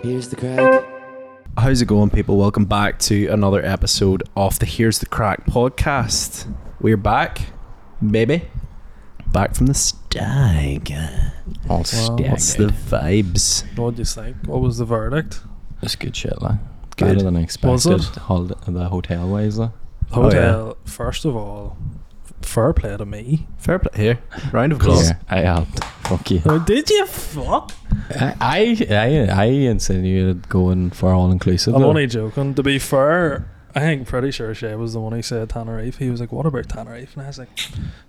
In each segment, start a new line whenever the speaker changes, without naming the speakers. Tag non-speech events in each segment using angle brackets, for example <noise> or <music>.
Here's the crack.
How's it going, people? Welcome back to another episode of the Here's the Crack podcast. We're back, baby. Back from the stag.
Oh,
What's the vibes?
What do you think? What was the verdict?
That's good shit, like.
Good.
Better than
Was
expected.
it?
Hol- the hotel wise, like.
Oh, yeah.
Hotel, first of all, f- fair play to me.
Fair play here. Round of applause.
Yeah, I helped. Fuck you.
Oh, did you fuck?
<laughs> I, I, I, I insinuated going for all inclusive.
I'm only joking. To be fair, I think pretty sure Shay was the one who said Tenerife. He was like, "What about Tenerife?" And I was like,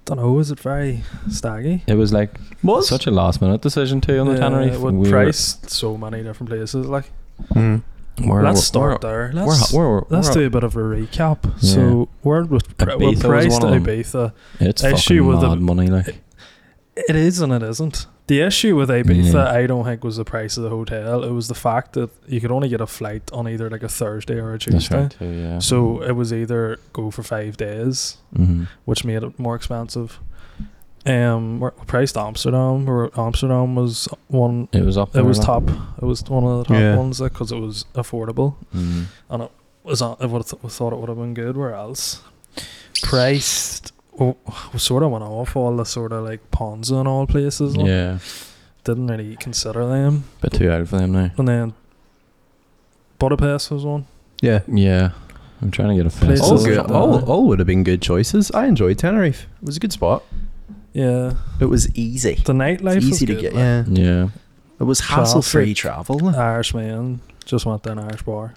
"Don't know. Is it very staggy?"
It was like
Was?
such a last minute decision too on the
Yeah,
Tenerife.
With
We were-
price, so many different places. Like,
Mm.
we're- we're-
let's start there.
We're,
Let's
we're, we're,
let's do a bit of a recap. So, we're with
Ibiza
we're
was
priced
one
at
of them.
Ibiza.
it's
I see
fucking
with the-
mad money, like.
It is and it isn't. The issue with Ibiza,
Yeah.
I don't think, was the price of the hotel. It was the fact that you could only get a flight on either like a Thursday or a
That's
Tuesday.
right too. Yeah.
So it was either go for five days,
Mhm.
which made it more expensive. Um, we priced Amsterdam. Where Amsterdam was one.
It was up.
It was
there, like.
top. It was one of the top
Yeah.
ones because it was affordable.
Mhm.
Was on, I would have thought it would have been good. Where else? Priced. Oh, sort of went off all the sort of like Ponza and all places. like
Yeah.
didn't really consider them.
But too out for them now.
And then Budapest was one.
Yeah.
Yeah. I'm trying to get a
Places
fence.
All,
is
good,
something,
all,
aren't they?
all would have been good choices. I enjoyed Tenerife. It was a good spot.
Yeah,
It was easy.
the nightlife
It's
was
easy to
good,
get.
like,
Yeah.
Yeah. <sighs>
It was hassle free travel.
Irishman just went to an Irish bar.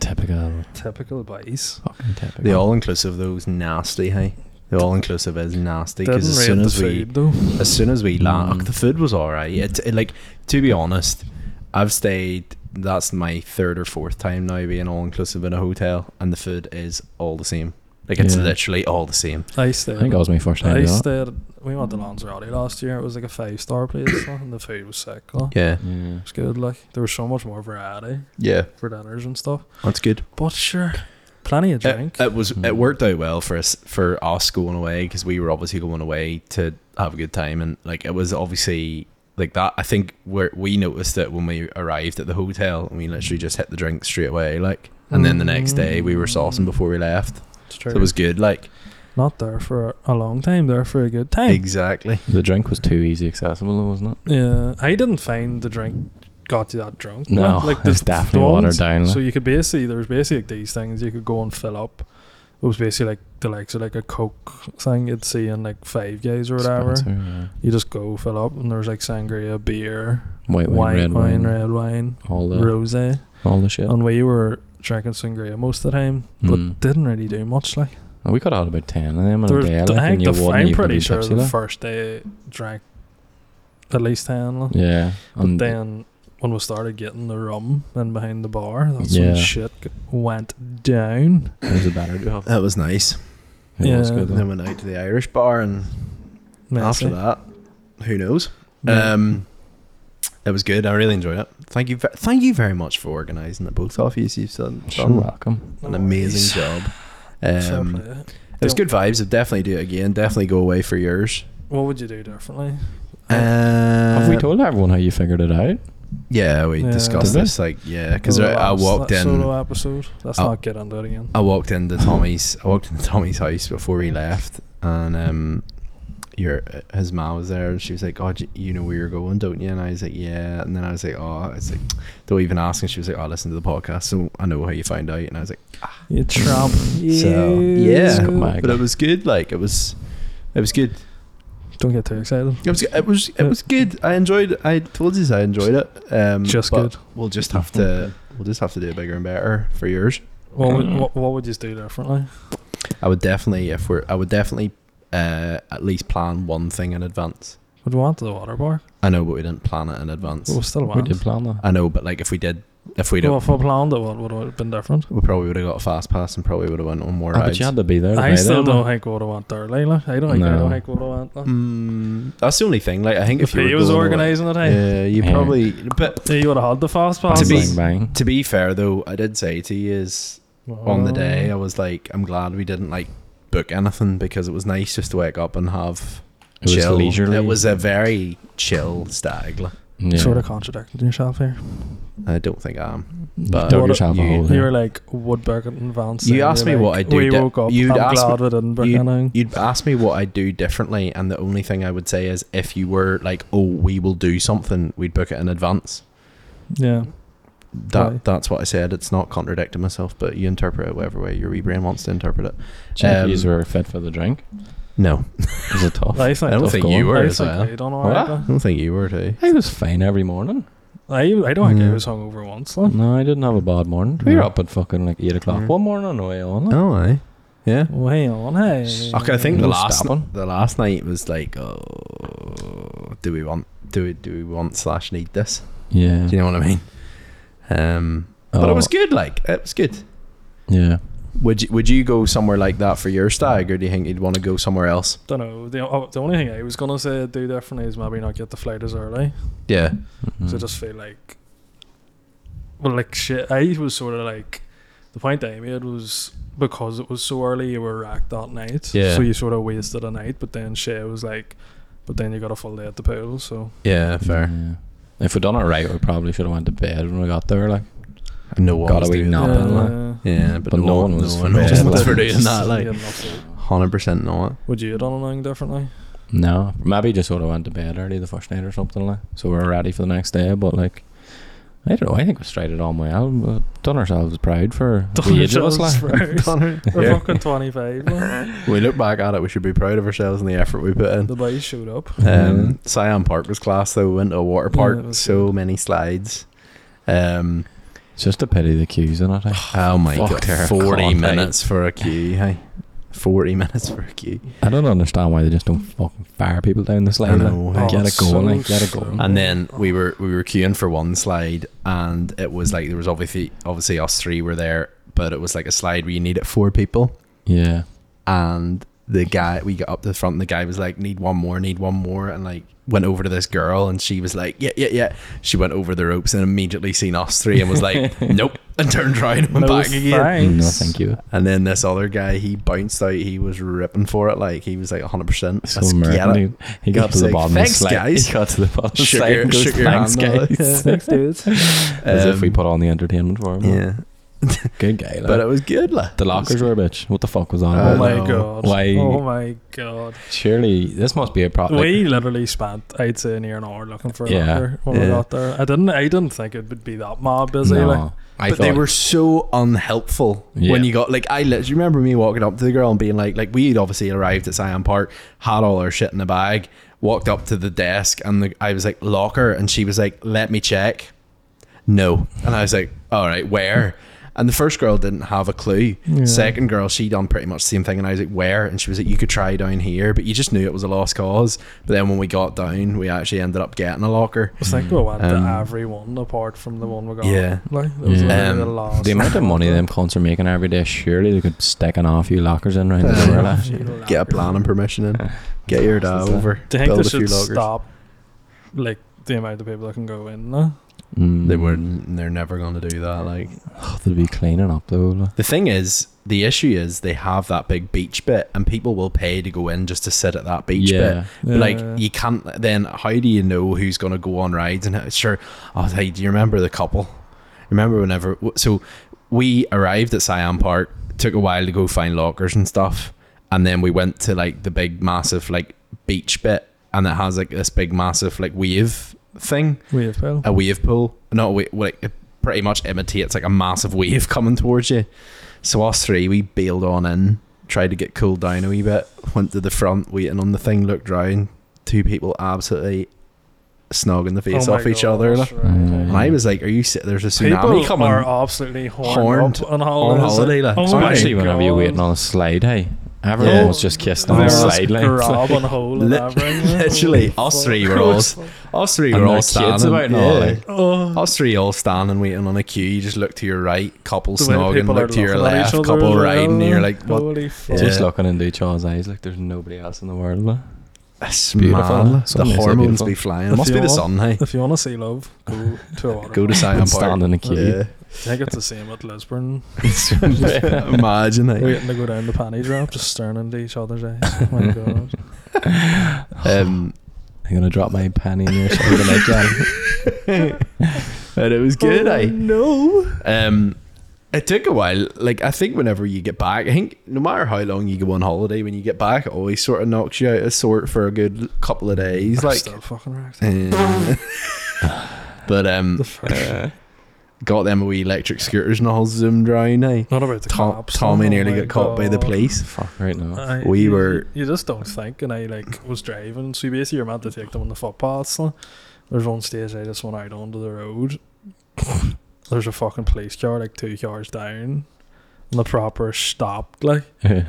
Typical.
Typical advice.
Fucking
Uh,
typical.
The all inclusive though was nasty. Hey, the all inclusive is nasty
Didn't
because as
rate
soon
the
as we
food though.
as soon as we land,
Mm.
the food was all right. It, it, like to be honest, I've stayed. That's my third or fourth time now being all inclusive in a hotel, and the food is all the same. Like it's
Yeah.
literally all the same.
I
I think
stayed.
that was my first time.
I
doing it.
stayed. We went to Lanzarote last year. It was like a five star place, like, and the food was sick. Like.
Yeah,
Yeah.
It was good. Like there was so much more variety
yeah,
for dinners and stuff.
that's good.
But sure, plenty of
It,
drink.
it was. It
Mm.
worked out well for us for us going away because we were obviously going away to have a good time, and like it was obviously like that. I think where we noticed it when we arrived at the hotel, and we literally just hit the drink straight away. Like, and then the next day we were saucing before we left.
It's
So
true.
it was good. Like.
not there for a long time. There for a good time.
Exactly.
The drink was too easy accessible, though, wasn't
Yeah, Uh, I didn't find the drink got you that
<laughs>
drunk.
it? No,
like
it's
there's
definitely
ones-
watered down.
So
like.
you could basically there was basically like these things you could go and fill up. It was basically like the likes of like a Coke thing you'd see in like Five Guys or whatever.
Sponsor, yeah.
You just go fill up, and there's like sangria, beer,
White wine, red wine,
wine, wine, red wine,
all the
rosé,
all the shit.
and we were drinking sangria most of the time, but
Mm.
didn't really do much. Like
And we could have had about ten of them in
there
a
was,
day. Like,
I
and
think
you
the,
wouldn't
I'm
even
pretty
be
sure
tipsy,
the
like.
first day drank at least ten. like.
Yeah,
But
and
then when we started getting the rum and behind the bar, that's
Yeah.
when shit g- went down.
it was a better
<laughs>
job.
That was nice.
It was
Yeah.
good.
Then
though.
went out to the Irish bar, and after that, who knows?
Yeah.
Um, it was good. I really enjoyed it. Thank you. Ve- thank you very much for organising it, both of you. You've done,
Sure,
done
welcome.
an amazing job. Um, it was good vibes. I'd definitely do it again. Definitely go away for yours.
What would you do differently?
Uh,
Have
Uh,
we told everyone how you figured it out?
Yeah, we
Yeah.
discussed
Did we?
this. Like, yeah, because
The
I, I
last-
walked
that
in. Oh.
solo episode. Let's
I-
not get into it again.
I walked into Tommy's. I walked into Tommy's house before he left, and um, your his mom was there, and she was like, "God, you, you know where you're going, don't you?" And I was like, "Yeah." And then I was like, "Oh," it's like, "Don't even ask." And she was like, "Oh, listen to the podcast, so I know how you found out." And I was like, <laughs>
You tramp.
"So yeah,"
You-
my-
but it was good. Like it was, it was good.
Don't get too excited.
It was. It was. It was good. I enjoyed. it. I told you I enjoyed it. Um,
Just
but
good.
We'll just have to. We'll just have to do it bigger and better for yours. <clears throat>
What would,
Mm.
what, what would you do differently?
I would definitely, if we're, I would definitely uh, at least plan one thing in advance.
Would we want the water bar?
I know, but we didn't plan it in advance.
We still
We
want.
did plan that.
I know, but like if we did, if we
Oh.
Well,
don't,
if I planned it, what would have been different?
we probably would have got a fast pass and probably would have went on more
Ah, but
rides.
you had to be there. to buy
I still
them,
don't
like.
think we would have went there, Layla. I don't think I
No.
don't think we would have went there.
Mm, that's the only thing. Like I think if,
If
you
he
were
was
going away-
organising
eh?
it, hey,
yeah, you
Yeah.
probably. But
yeah. you would have had the fast pass.
To be-
Bang, bang.
to be fair though, I did say to you is on
oh.
the
Oh.
day I was like, I'm glad we didn't like book anything because it was nice just to wake up and have
It was
chill.
leisurely.
It was a very chill stag. like.
Yeah.
sort of contradicting yourself here.
I don't think I am.
Dug
But
What
yourself a
you-
hole
You were
there.
like woodburger and Vance.
You asked me what I do
We
di-
woke up.
you'd
I'm
asked
glad we didn't book
you'd-
anything.
You'd ask me what I do differently, and the only thing I would say is if you were like, "Oh, we will do something," we'd book it in advance.
yeah.
That
Right.
that's what I said. It's not contradicting myself, but you interpret it whatever way your wee brain wants to interpret it.
Check these
um,
were fit for the drink.
No,
Was it tough?
I think,
I don't
tough
think
going.
you were
I
as
think
well.
I don't know.
What?
either.
I don't think you eh? were too.
I was fine every morning.
I, I don't think I
Yeah.
was hungover once. Though.
No, I didn't have a bad morning. We were
No.
up at fucking like eight o'clock
Mm.
one morning on the way on. Like.
Oh, aye. Yeah.
Well, hang on, hey.
Okay, I think
No
the last
stopping.
the last night was like, oh, do we want do we do we want slash need this?
Yeah.
Do you know what I mean? Um, but
Oh,
it was good. Like it was good.
Yeah.
Would you, would you go somewhere like that for your stag, or do you think you'd want to go somewhere else?
don't know. The, oh, the only thing I was gonna say do differently is maybe not get the flight as early.
Yeah,
Mhm.
Mm.
So I just feel like, well, like shit. I was sort of like the point I made was because it was so early, you were racked that night.
Yeah.
So you sort of wasted a night, but then shit was like, but then you got a full day at the pool. So
yeah,
Yeah. If we'd done it right, we probably should have went to bed when we got there. Like,
No one
Got
was
a wee
doing
nap
that.
in like-
Yeah, but, no, one was. <laughs> No one
for
was
bed.
was for
Yeah.
doing that.
Yeah,
Like
nothing.
<laughs> hundred percent <laughs> not.
would you have done
<laughs>
anything differently?
no, maybe just sort of went to bed early the first night or something like. So we were ready for the next day. But like, I don't know. I think we straight it on well. But done ourselves proud for
Done
the age of us.
ourselves
Like,
<laughs>
<laughs>
proud. We're
Yeah.
fucking twenty five.
we look back at it, we should be proud of ourselves and the effort we put in.
the boys showed up.
Um, Siam Park was class though. We went to a water
Yeah,
park.
it was
so many slides. Um,
It's just a pity the queues in it. eh?
oh my
Fuck,
god,
they're
forty
gone, eh?
minutes for a queue. Hey, forty minutes for a queue.
I don't understand why they just don't fucking fire people down the slide.
I know,
like,
eh?
get it going,
Oh, so
like, get it
slow.
going.
And then we were we were queuing for one slide, and it was like there was obviously obviously us three were there, but it was like a slide where you needed four people,
Yeah.
and the guy we got up to the front, and the guy was like, "Need one more, need one more," and like went over to this girl, and she was like, "Yeah, yeah, yeah." She went over the ropes and immediately seen us three and was
<laughs>
like, "Nope," and turned around and went
No
back again.
thanks.
No, thank you.
And then this other guy, he bounced out. He was ripping for it, like he was like 100. percent
So American. He, he got to
He's
the
like,
bottom
"Thanks,
of the slide.
guys."
<laughs> He got to the bottom of the
Shook
slide
your-
and goes,
shook your
<laughs> Thanks,
hand, like,
guys.
Thanks, dudes.
As if we put on the entertainment for him.
Um, Yeah,
Good guy. Like.
but uh, it was good, like.
the lockers were a bitch. What the fuck was on?
I
Oh
about?
my
know.
god.
Why-
Oh my god.
Surely this must be a problem.
we literally spent I'd say near an hour looking for a
Yeah.
locker when we
Yeah.
got there. I didn't I didn't think it would be that mob busy. Like,
I
but they were so unhelpful when
Yeah.
you got like I literally remember me walking up to the girl and being like like we'd obviously arrived at Siam Park had all our shit in a bag walked up to the desk and the, I was like locker and she was like let me check no and I was like all right where and the first girl didn't have a clue second girl she done pretty much the same thing and I was like where and she was like you could try down here but you just knew it was a lost cause but then when we got down we actually ended up getting a locker
I think we went
Um,
to every one apart from the one we got.
yeah.
Like that was
Yeah.
literally the
Um,
last
the
<laughs>
amount of money them cons are making every day. Surely they could stick an off few lockers in around the
<laughs> Uh,
door. like.
get a planning permission in get your dad
Is that-
over
Do you think
build
they
a few
should
lockers.
stop like the amount of people that can go in now?
Mm.
They were. They're never going to do that. Uh, Like
Oh, they'd be cleaning up though. like.
the thing is, the issue is they have that big beach bit, and people will pay to go in just to sit at that beach bit.
yeah.
But like
Yeah.
you can't. Then how do you know who's going to go on rides? And how- sure, oh, hey, do you remember the couple? Remember whenever? w- So we arrived at Siam Park. Took a while to go find lockers and stuff, and then we went to like the big massive like beach bit, and it has like this big massive like wave thing.
We have people.
a wave pool. Not a wave, like it pretty much imitates like a massive wave coming towards you. So us three, we bailed on in, tried to get cooled down a wee bit, went to the front, waiting on the thing, looked round, two people absolutely snogging the face
Oh my
off each other.
gosh,
like.
right,
Mm.
yeah.
And I was like, "Are you? si- There's a tsunami
People
coming."
are absolutely horned,
Horned
up on
on
holiday.
holiday, like.
Oh
So
my
Especially whenever you're
God.
waiting on a slide, hey. Everyone
Yeah.
was just kissed
They
on
were
a
just
slide. like. It's like-
grabbing a hole in
Li- <laughs> <laughs>
everything.
literally,
Holy
us three
fuck.
were all-
It's like,
us three
And
were
there are
all
kids
standing.
about and all, like.
<laughs> oh.
Us three all standing waiting on a queue. You just look to your right, couple
The way that
snogging,
people are
look to your
looking at each
left,
other
couple
as well,
riding, and you're like,
like, "Oh,
"What
Holy fuck.
Yeah.
<laughs> Just looking into each other's eyes like there's nobody else in the world. like.
It's
Beautiful.
mad. The
Something is so
hormones
beautiful.
be flying. It
If
must be
you
the
want-
sun, hey.
If you want to see love, go to a water
Go to
park.
Sion
And
Park.
stand in a queue.
<laughs> Yeah.
I think it's the same at Lisburn.
<laughs> Imagine it.
Waiting to
<laughs>
go down the panty drop, just staring into each other's eyes. Oh my god.
Um,
I'm gonna drop my panty in your side of the night, John.
<laughs> and it was
Oh.
good. eh? I
no.
um, it took a while. Like I think whenever you get back, I think no matter how long you go on holiday, when you get back, it always sort of knocks you out of sort for a good couple of days.
I'm
like,
still fucking wrecked.
<laughs> uh, <laughs> but um,
The fuck?
got them wee electric scooters and all zoomed around. I
Not about the
Tom,
cops.
Tommy
oh
nearly
my
got caught by the
God.
police.
<laughs> Fuck right now.
I-
We
you-
were-
You just don't think, and I like was driving. So basically, you're meant to take them on the footpaths. like. There's one stage I just went out onto the road. There's a fucking police car like two cars down, and the proper stopped like. Uh,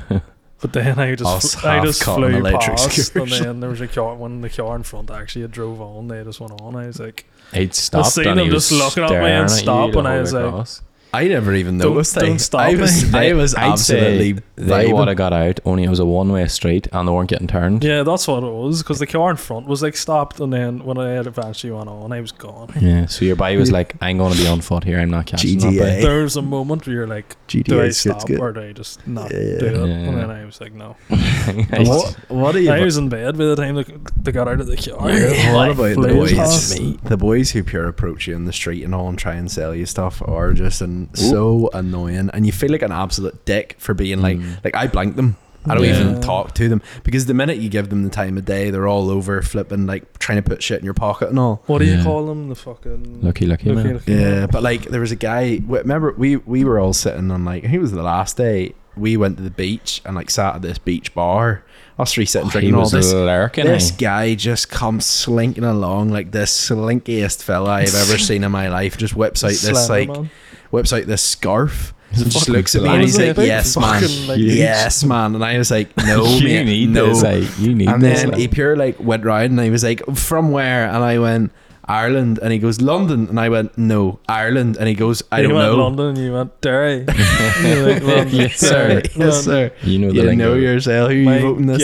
But then I
Us
just fl- I
half
just
caught an
flew
electric
past, and
scooter.
then there was a car. One the car in front actually it drove on. They just went on. I was like,
<laughs> He'd stopped
seen
and he
him
was
just looking at me
staring
and
at you
stop,
the
and I
whole
was
way
like,
across.
I never even
Don't-
noticed.
don't
I,
stop
I was,
me.
I was
I'd say
absolutely
They would
vibing.
have got out, only it was a one way street and they weren't getting turned.
yeah, that's what it was. Because the car in front was like stopped, and then when I had eventually went on, I was gone.
Yeah, so your buddy was like, I'm going to be on foot here, I'm not catching eh?" that
GTA.
bike."
There was a moment where you're like, do I
GTA's
stop
good.
or do I just not
Yeah,
do
yeah.
it?
Yeah.
And then I was like, no.
<laughs> I just-
What, what are you?
I was in bed by the time they, they got out of the car. <laughs>
What about the
Flew
boys?
past.
The boys who pure approach you in the street and all and try and sell you stuff are just an, so annoying, and you feel like an absolute dick for being like,
Mm.
like I blank them. I don't
Yeah.
even talk to them because the minute you give them the time of day, they're all over flipping, like trying to put shit in your pocket and all.
What do you
Yeah.
call them? The fucking.
Lucky, lucky
Lucky,
man.
lucky
Yeah,
man.
but like there was a guy. w- Remember, we we were all sitting on like I think it was the last day. We went to the beach and like sat at this beach bar. Us three sitting
Oh, he
drinking all
was
this.
lurking.
This
eh?
guy just comes slinking along like the slinkiest fella I've
<laughs>
ever seen in my life. Just whips out this like
Slender man.
whips out this scarf.
He's a
and just
fucking
looks at me
slime.
and he's
Wasn't
like,
it big?
"Yes, man,
Fucking, like, huge.
yes, man." And I was like, "No,
<laughs> you
mate,
need
no."
this. Like, you need
and
this.
then he
like.
pure like went round and he was like, "From where?" And I went, "Ireland." And he goes, "London." And I went, "No, Ireland." And he goes, "I
you
don't
went
know."
London and you
<laughs>
went Derry. You went London, <laughs>
Yes, sir.
Derry,
<laughs> yes,
London.
sir.
you know the
You
lingo.
know yourself. Who you
My
voting this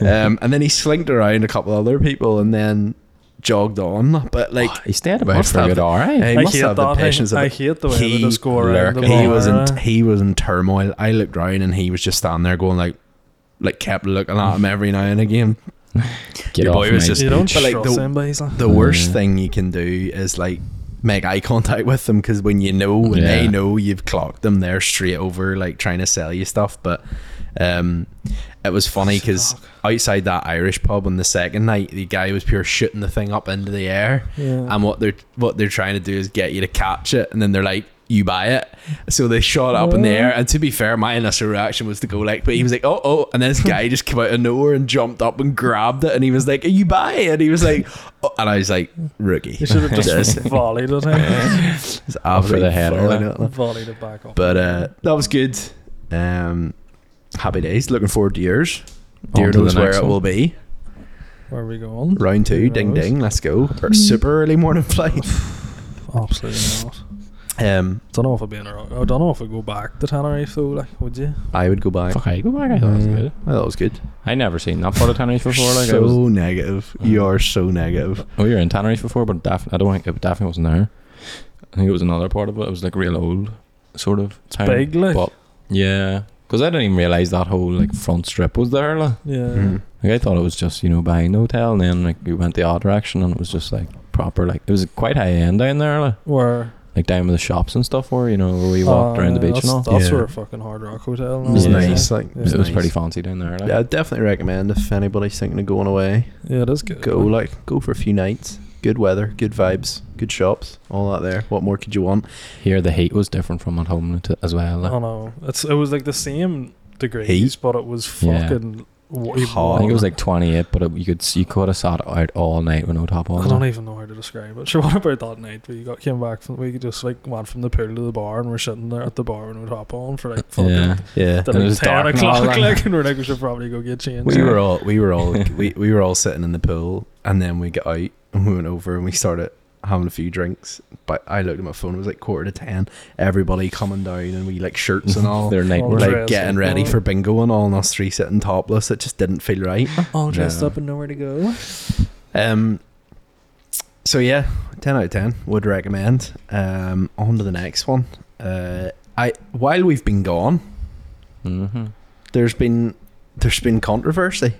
time?
guy. <laughs>
um, and then he slinked around a couple other people and then jogged on. But like,
Oh,
he stayed about
must
for a
have
good hour, eh?
he
I
must
hate
have the
that.
patience
thing.
of
I
it.
hate the way
He
they just go around. the
lurking.
He
bar,
was in
eh?
he was in turmoil. I looked round and he was just standing there going like, like kept looking at him every now and again.
Get
your
off
boy was
my
just-
You don't
But, like,
trust
the-
him, but he's like,
The worst
Yeah.
thing you can do is like make eye contact with them because when you know when they
Yeah.
know you've clocked them, they're straight over like trying to sell you stuff. But um, it was funny because outside that Irish pub on the second night, the guy was pure shooting the thing up into the air.
yeah.
and what they're what they're trying to do is get you to catch it and then they're like you buy it so they shot up in the air and to be fair my initial reaction was to go like but he was like oh oh and this guy just came out of nowhere and jumped up and grabbed it and he was like are you buy it and he was like oh, and I was like rookie
You should have
<laughs>
just volleyed it. eh?
It's
for the header,
absolutely
like.
fine.
Volleyed it back up.
but uh that was good um happy days looking forward to yours
On
Dear
to the
knows where
next
it
one.
will be.
Where are we going?
Round two,
Who
ding
knows?
ding, let's go. Super early morning
<laughs>
flight.
Absolutely not.
Um,
Don't know if I'll be in a rock. I don't know if I go back to Tenerife though. Like, would you?
I would go back.
Fuck, I go back. I thought it was
Yeah.
good.
I thought it was good.
I never seen that part of Tenerife
You're
before. Like, I
so
was, Uh-huh.
negative. You are so negative.
oh, you were in Tenerife before, but Daphne, I don't think it Daphne wasn't there. I think it was another part of it. It was like real old, sort of. town.
big, like.
But yeah, because I didn't even realize that whole like front strip was there. Like,
Yeah.
Mm-hmm.
Like, I thought it was just you know buying the hotel, and then like we went the odd direction, and it was just like proper like it was quite high end down there, like,
Where?
like down with the shops and stuff, where you know where we walked
uh,
around the beach
that's,
and all.
That's
Yeah.
where a fucking Hard Rock Hotel.
It was
Yeah.
nice. Like,
Yeah.
It was
nice.
pretty fancy down there. Like.
Yeah, I definitely recommend if anybody's thinking of going away,
Yeah, it is good.
go like go for a few nights. Good weather, good vibes, good shops, all that there. What more could you want?
Here the heat was different from at home to, as well. like.
I know. It's it was like the same degrees,
Heat?
but it was
Yeah.
fucking wa-
Hot.
I think it
oh.
was like 28, but it, you could s- you could have sat out all night with no top on.
I don't even know how to describe it. <laughs> Sure, what about that night we got came back from we just like went from the pool to the bar and we're sitting there at the bar and we'd hop on for like fucking
yeah,
Yeah.
till
And it
like
was
ten
dark and all
o'clock <laughs>
that.
like and we're like we should probably go get changed.
We were all we were <laughs> all we, we were all sitting in the pool and then we got out and we went over and we started having a few drinks. But I looked at my phone, it was like quarter to ten. Everybody coming down and we like
<laughs>
shirts <laughs> and all.
their night
All
were
dressed
like
like getting ready for bingo and all and us three sitting topless. It just didn't feel right.
all
dressed Yeah.
up and nowhere to go.
Um. So yeah, ten out of ten would recommend. Um, on to the next one. Uh, I while we've been gone,
hmm
there's been there's been controversy.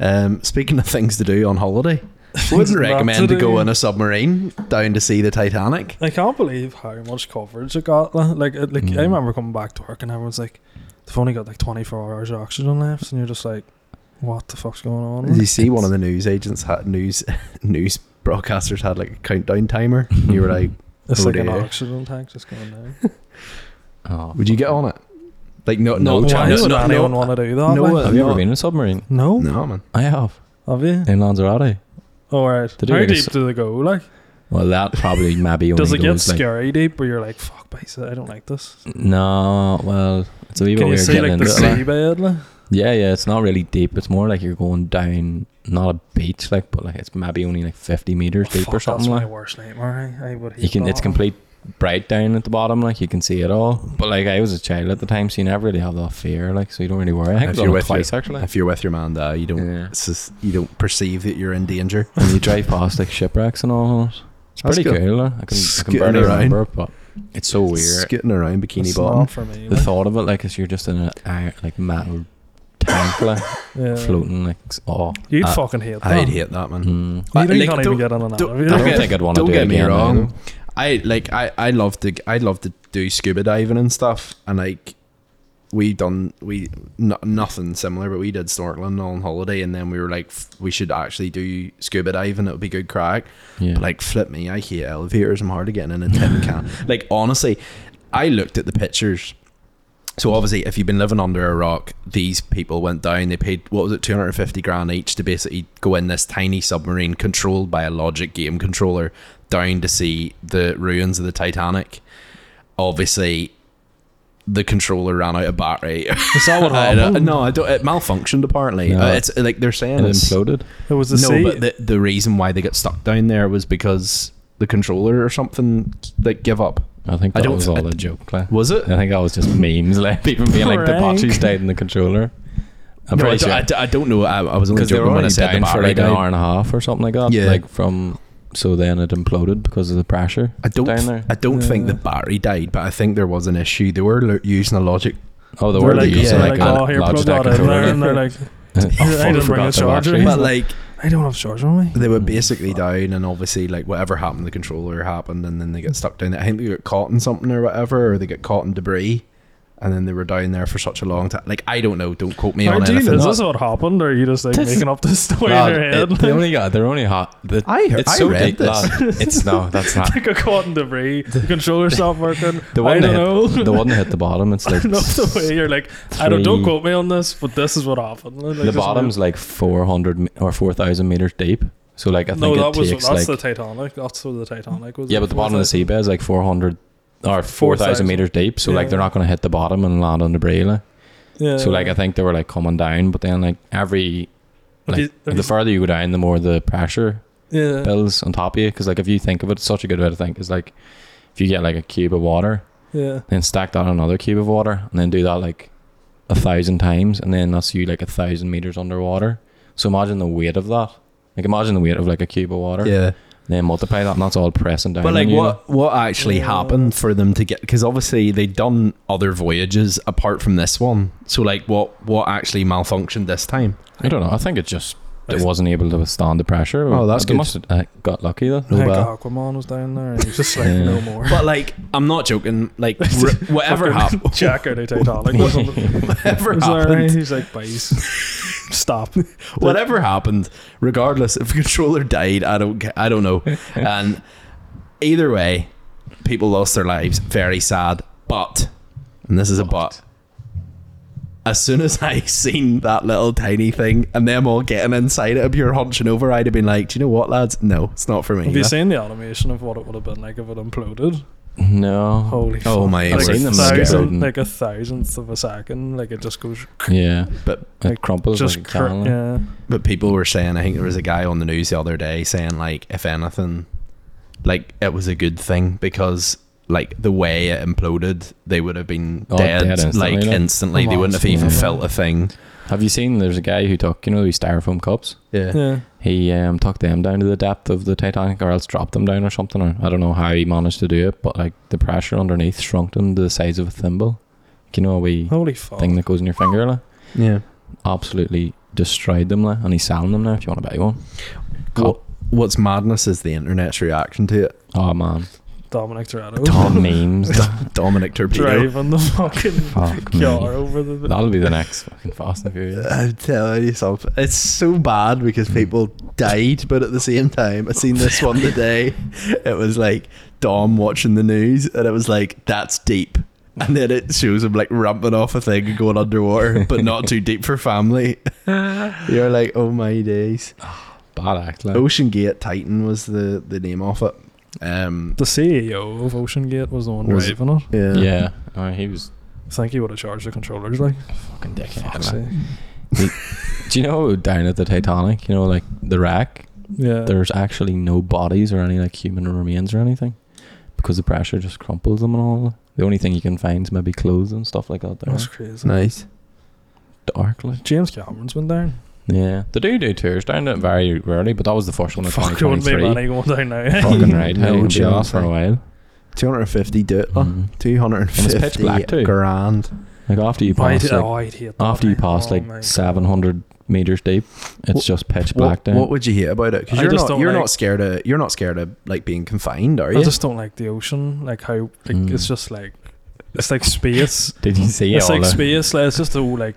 Um, speaking of things to do on holiday,
Things
wouldn't
not
recommend to
do.
go in a submarine down to see the Titanic.
I can't believe how much coverage it got. li- Like, it- like I
Mm.
remember coming back to work and everyone's like, "They've only got like 24 hours of oxygen left," and you're just like, "What the fuck's going on?"
Did you see one of the news agents had news <laughs> news broadcasters had like a countdown timer? And you were like,
It's
Oh
like an
dear.
oxygen tank just going down.
<laughs> Oh,
"Would you get on it?" Like no no
No chance.
Why
chance.
would
No,
anyone
no,
want to do that?
no,
like?
uh,
Have you
no.
ever been in a submarine?
no,
no, man.
I have
have you?
in Lanzarote.
All right.
They do
How
like a
deep
s-
do they go? Like,
Well, that probably maybe only
does it get
goes like
scary deep where you're like, "Fuck, base, I don't like this."
no. Well, it's a wee bit
Can you
weird
see
getting
like
into
the
it. like.
seabed? Like?
Yeah, yeah, it's not really deep. It's more like you're going down, not a beach, like, but like it's maybe only like 50 meters deep
Oh, Fuck,
or something like.
That's my worst nightmare. I, I would.
You
hate
can, it's
that.
complete bright down at the bottom, like you can see it all. But like I was a child at the time, so you never really have that fear, like so you don't really worry.
If
I think
you're
you're
with
with twice actually.
If you're with your man, uh, you don't
yeah.
it's just- you don't perceive that you're in danger.
And you
<laughs>
drive past like shipwrecks and all. It's
That's
pretty
good.
cool. Like. I can, I can
Scooting
barely
around.
remember, it, but it's so weird.
Scooting around bikini
It's
bottom.
not for me.
the
Like.
thought of it, like, as you're just in a iron- like metal
<laughs>
tank, like
Yeah.
floating, like oh,
You'd
Uh,
fucking hate that.
I'd hate that man.
mm.
You
I-
don't- you
like,
can't even
don't-
get on an
don't-
I
elevator.
don't
get-
think I'd want to
Hmm. don't
do it
get me
again
wrong.
either.
I like I I love to I love to do scuba diving and stuff, and like we done we no, nothing similar, but we did snorkeling on holiday, and then we were like f- we should actually do scuba diving. It would be good crack.
Yeah.
But like flip me, I hate elevators. I'm hard to get in a
<laughs>
tin can. Like honestly, I looked at the pictures. So obviously, if you've been living under a rock, these people went down. They paid what was it, 250 grand each to basically go in this tiny submarine controlled by a logic game controller down to see the ruins of the Titanic. Obviously, the controller ran out of battery.
Is that
<laughs>
what
I don't-
happened?
no, I don't, it malfunctioned apparently.
No.
Uh, it's like they're saying
and it
it's
imploded.
It was the
no,
sea.
but the, the reason why they got stuck down there was because the controller or something like give up.
I think
I
that
don't-
was all
I-
a joke. Like.
Was it?
I think that was just memes, <laughs> like people being like the
Frank.
batteries died in the controller. I'm
No, I,
pretty
d- I
sure
d- I don't know. I, I was only
because they were
joking when I
only
said the
down for
battery
like an
died.
hour and a half or something like that.
Yeah.
Like from so then it imploded because of the pressure.
I don't.
down
th-
there.
I don't think the
Yeah.
battery died, but I think there was an issue. They were lo- using a logic.
Oh, the
They're
word
like,
used
yeah,
to,
like,
like,
oh, here, plug that in there, and
<laughs>
they're like, I didn't bring a charger. Yeah.
But like
I don't have charge on me.
they were
Mm,
basically
fuck.
down, and obviously like whatever happened, to the controller happened, and then they got stuck down. there. I think they got caught in something or whatever, or they got caught in debris, and then they were down there for such a long time. Like I don't know. Don't quote me
Or
on
do you,
anything.
is this what happened, or are you just like
This-
making up this <laughs> story in your head?
they only got. They're only hot. The,
I heard.
it's
I
so
read
deep,
this.
lad. <laughs> It's no, that's
<laughs>
not.
like a caught in debris, the controller stopped working.
<laughs> The
I
one that
don't know.
hit,
<laughs>
the one that hit the bottom. It's
I
like
don't know the way you're like, I don't, don't
three-
quote me on this, but this is what happened. Like,
the
just-
bottom's like 400 me- or 4,000 meters deep. So like I think
No,
it
that was
takes
that's
like
the Titanic. That's what the Titanic was.
yeah, but the bottom of the seabed is like 400 or 4,000
4,000.
meters deep. So like
Yeah.
they're not going to hit the bottom and land on debris. Like.
Yeah.
So like I think they were like coming down, but then like every
Have
like
you- have
the
you-
further you go down, the more the pressure
Uh.
yeah.
builds on top of you. Because like if you think of it, such a good way to think is like if you get like a cube of water,
Yeah.
then stack that on another cube of water, and then do that like a thousand times, and then that's you like a thousand meters underwater. So imagine the weight of that. Like imagine the weight of like a cube of water.
Yeah.
Then multiply that, and that's all pressing down.
But like,
on you,
what what actually
Yeah.
happened for them to get? Because obviously they'd done other voyages apart from this one. So like, what what actually malfunctioned this time?
I don't know. I think it just it
It's-
wasn't able to withstand the pressure.
Oh, that's
They
good.
must have uh, got lucky though.
I think
Nobel.
Aquaman was down there, and he was just like,
Yeah.
no more.
<laughs> But like, I'm not joking. <laughs> Like, r- whatever
Fucking
<laughs> happened,
<laughs> Jack out of Titanic or something.
whatever
Is that right?
happened,
He's like, please, <laughs> stop.
whatever happened, regardless if the controller died, I don't ca- I don't
<laughs>
know. And either way, people lost their lives. Very sad. But and this is a but. As soon as I <laughs> seen that little tiny thing and them all getting inside it, you're hunching over, I'd have been like, "Do you know what, lads? No, it's not for me."
Have you
Yeah.
seen the animation of what it would have been like if it imploded?
No.
Holy
Oh
fuck.
my
like
word.
a
Seen them
thousand,
exploding.
like a thousandth of a second, like it just goes
Yeah.
But
It
Like,
crumples
just
like a
cr-
can. like.
yeah.
but people were saying, I think there was a guy on the news the other day saying, like, if anything, like it was a good thing because like the way it imploded, they would have been
Oh,
dead,
dead instantly,
like
like.
instantly. They
Oh,
wouldn't have even
yeah.
felt a thing.
Have you seen there's a guy who took, you know, these styrofoam cups?
Yeah.
yeah.
He um, took them down to the depth of the Titanic or else dropped them down or something. Or I don't know how he managed to do it, but like the pressure underneath shrunk them to the size of a thimble. Like, you know, a wee
Holy fuck.
thing that goes in your finger. Like,
Yeah.
absolutely destroyed them like, and he's selling them now if you want to buy one.
What, what's madness is the internet's reaction to it. <laughs>
Oh
<laughs>
man.
Dominic Toretto
Tom
<laughs>
memes.
Do- Dominic Torpedo.
driving the fucking
Fuck me.
car over the.
That'll be the next fucking Fast and Furious.
<laughs> I'm telling you something. It's so bad
Hmm.
because people died, but at the same time, I seen this one
<laughs>
today. It was like Dom watching the news, and it was like, that's deep. And then it shows him like ramping off a thing and going underwater, but not too deep for family. <laughs> You're like, oh my days.
Bad act
Oh,
like.
Ocean Gate Titan was the, the name of it. Um,
The CEO of Ocean Gate was the one
Was-
driving it.
yeah.
yeah. Oh, he was
I think he would have charged the controllers like.
fucking
Fuck's
dickhead.
sake.
like. Do you know down at the Titanic, you know, like the wreck,
Yeah.
there's actually no bodies or any like human remains or anything because the pressure just crumples them and all. The only thing you can find is maybe clothes and stuff like that. There,
That's crazy.
Nice.
dark like.
James Cameron's been down.
Yeah, they do do tours down there very rarely, but that was the first one in
Fuck, there wouldn't be
2023.
money going down now. <laughs>
Fucking right,
No
no, it'll be off
chance,
for a
eh?
while.
250 do it,
Mhm. And it's pitch
250
black too.
grand.
Like after you
I'd,
pass, like,
oh, I'd hate that
after you
thing.
pass
Oh
like
my
700 meters deep, it's
What-
just pitch black
What,
down.
what would you hate about it? Because
I
you're
just
not
don't
you're
like-
not scared of you're not scared of like being confined, are
I
you?
just don't like the ocean. Like how like
Mm.
it's just like it's like
<laughs>
space.
Did you see
it's
all
like
the-
space. Like, it's just a like.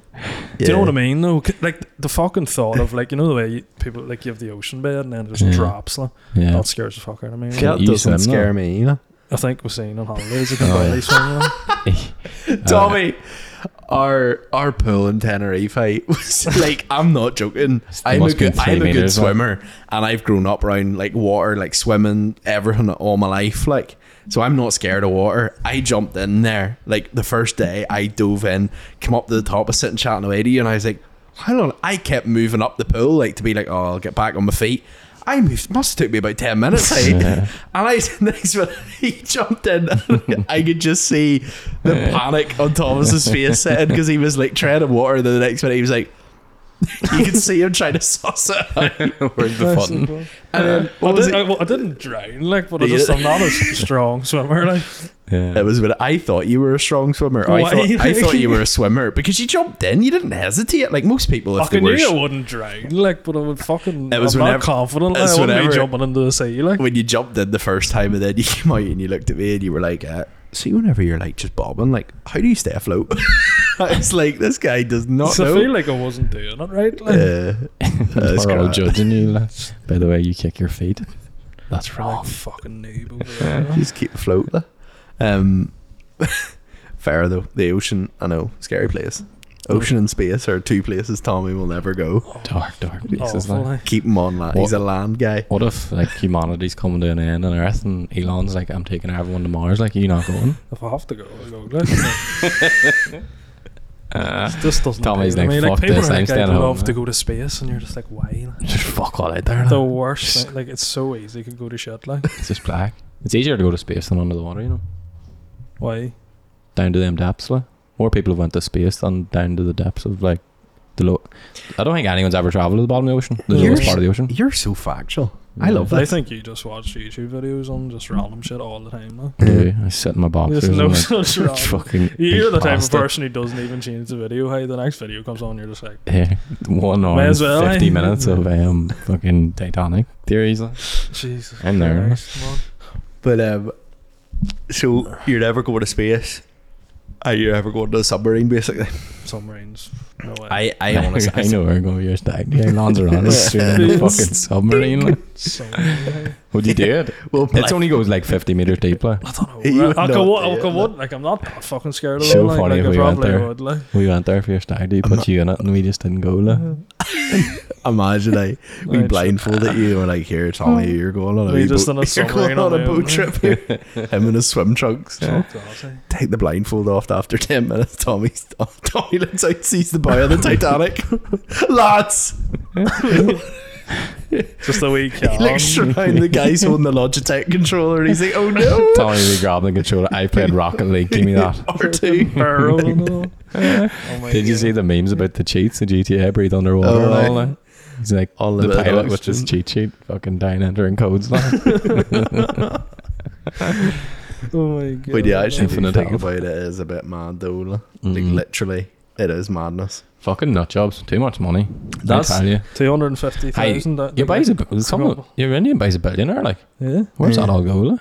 Do you know what I mean? Though, C- like the fucking thought of like you know the way you, people like you have the ocean bed and then it just
Yeah.
drops. Like,
Yeah.
That scares the fuck out of me. like.
Yeah.
That
You
doesn't
swim,
scare
though.
me. You
<laughs>
know?
I think we're seeing on holidays. I
Oh,
can
yeah.
barely swim.
<laughs>
like.
Tommy, our our pool in Tenerife <laughs> was like I'm not joking. I'm a
must be
good
three
I'm a good
meters, like.
swimmer, and I've grown up around like water, like swimming, everything all my life. Like, so I'm not scared of water. I jumped in there like the first day. I dove in, come up to the top, I was sitting chatting away to you, and I was like, "Hold on!" I kept moving up the pool, like to be like, "Oh, I'll get back on my feet." I moved, must have took me about 10 minutes. Like,
<laughs> Yeah.
<laughs> And I next one he jumped in. And I could just see the panic on Thomas's face setting because he was like treading water. The next minute he was like, <laughs> you could see him trying to <laughs> suss it out.
<laughs> Where's the fun?
And then
I,
what was
did, I,
it?
well, I didn't drown,
<laughs>
like, but I
Yeah.
just I'm not a s- strong swimmer. Like,
Yeah.
It was when I thought you were a strong swimmer. I
Why?
thought I thought you were
<laughs>
a swimmer because you jumped in. You didn't hesitate like most people. If they
fucking
were
knew I wouldn't drown, like, but I would fucking.
It was
I'm
whenever-
not confident.
it's
Like, I wouldn't
whenever-
be jumping into the sea. Like,
when you jumped in the first time and then <laughs> you came out and you looked at me and you were like, uh, see whenever you're like just bobbing, like how do you stay afloat? <laughs> it's like this guy does not
so I
know. Uh,
feel like I wasn't doing it right. Like,
Yeah. That's
We're all
grand.
judging you.
<laughs>
like, By the way, you kick your feet. That's
We're like
wrong.
fucking noob over there.
just keep afloat. Um, <laughs> fair though, the ocean. I know, scary place. Ocean and space are two places Tommy will never go.
Dark,
Oh,
dark places.
Awful,
Like.
like.
Keep him on land. He's a land guy.
What if like humanity's coming to an end on Earth and Elon's like, I'm taking everyone to Mars, like you not going?
If I have to go, I go. Like, it just doesn't.
Tommy's
appeal to
like,
me.
"Fuck
people
this,
are
I'm
like,
staying
I'd
home,
love to
man."
go to space, and you're just like, why? Like,
Just fuck all out <laughs> there.
the
like.
worst. Thing. Like, it's so easy. Could go to shit. Like,
It's just black. It's easier to go to space than under the water, you know.
why?
Down to them depths, like. More people have went to space than down to the depths of like the low. I don't think anyone's ever travelled to the bottom of the ocean. The
Yours-
lowest part of the ocean.
You're so factual. I love
I
that.
think you just watch YouTube videos on just random shit all the time. Like.
Dude, I sit in my boxers.
There's
and
no
I'm
<laughs> such
like,
wrong.
fucking.
You're
big
the type of
bastard.
person who doesn't even change the video. Hey, the next video comes on, you're just like,
Yeah, one hour
May
and
as well, eh?
fifty minutes of um fucking Titanic theories. Like.
Jesus.
I'm there.
Christ, man."
But um, so you're never going to space. Are you ever going to a submarine? Basically,
Submarines. No way.
I, I honestly,
<laughs> I know we're going to be stag. Yeah, Lanzarote
Yeah.
is straight in the
Yes.
fucking submarine. like.
Submarine.
Would you do it?
Well,
It only goes like 50 meters deep. Like. <laughs>
I don't
You
know.
would
Like, I
not
could,
do
wa- I
it,
could
no.
wa- like, I'm not that fucking scared of
So
them. Like,
funny
like,
if
I
we went
probably
there. <laughs>
would. Like,
We went there for your stag do, put you in it, and we just didn't go. Like.
imagine I we
Right.
blindfolded you and we're like, here, Tommy, you're going on a
We
wee
just
boat.
on a
<laughs> you're going
submarine
on
on
a
the
boat
ocean."
trip here. Him in his swim trunks.
Fuck that, eh?
take the blindfold off after 10 minutes. Tommy, Oh, Tommy looks out, sees the boy on the Titanic. Lads!
Just a
<laughs>
wee
He looks
calm.
around, the guy's holding the Logitech controller, and he's like, oh no!
Tommy we grabbed the controller. I played Rocket League. Give
<laughs>
me that.
R2.
Barrel
<laughs>
and all. Oh my
Did you
God.
see the memes about the cheats? The GTA breathe underwater
Oh,
and
right.
all that. He's like
All
the
of it,
pilot
like,
with his cheat sheet, fucking dying entering codes. Like.
Oh my god.
But yeah, I actually do
Infinite
Oh
think
health.
about it is a bit mad though. Like,
Mm.
literally, It is madness.
Fucking nut jobs. Too much money.
That's-
I tell you.
Two hundred and fifty thousand.
You buys a bu- someone. Your Indian buys a billionaire. Like,
Yeah,
where's
Yeah.
that all go? Like?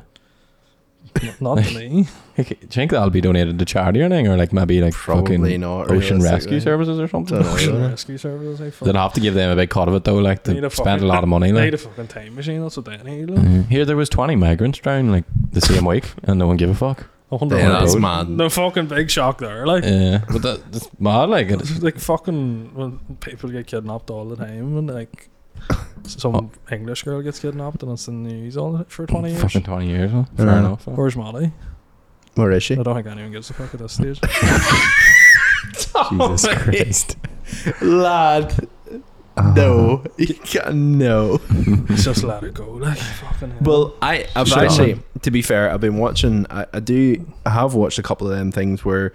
n-
<laughs>
not me.
Do you think that'll be donated to charity or anything, or like maybe like
Probably
fucking
not.
ocean rescue
realistically.
services or something?
Dunno.
Ocean
yeah.
rescue services. I
<laughs> They'd
fuck.
have to give them a big cut of it though. Like,
Need
they
a
spend a
fucking-
lot of <laughs> money.
They
Like,
need a fucking time machine. That's what they need. Like.
<laughs> Mhm. here there was twenty migrants drowned like the same week, and no one gave a fuck.
I wonder
Yeah,
why
that's
they-
mad.
No fucking big shock there. Like,
Yeah, but that, that's mad. Like, it,
It's like fucking when people get kidnapped all the time, and like
<laughs>
some
Oh.
English girl gets kidnapped and it's in the news all the, for twenty years.
fucking <laughs> twenty years. huh? Fair
Yeah.
enough. huh?
Where's Molly?
Where
<laughs>
is she?
<laughs> I don't think anyone gives a fuck at this stage.
Jesus
<laughs> Oh,
Christ. Uh, Lad, no. Ah. <laughs> You can't, no.
It's just let it go.
<laughs>
Like fucking. hell.
Well, I, I've
Shut
actually,
up.
to be fair, I've been watching. I, I do. I have watched a couple of them things where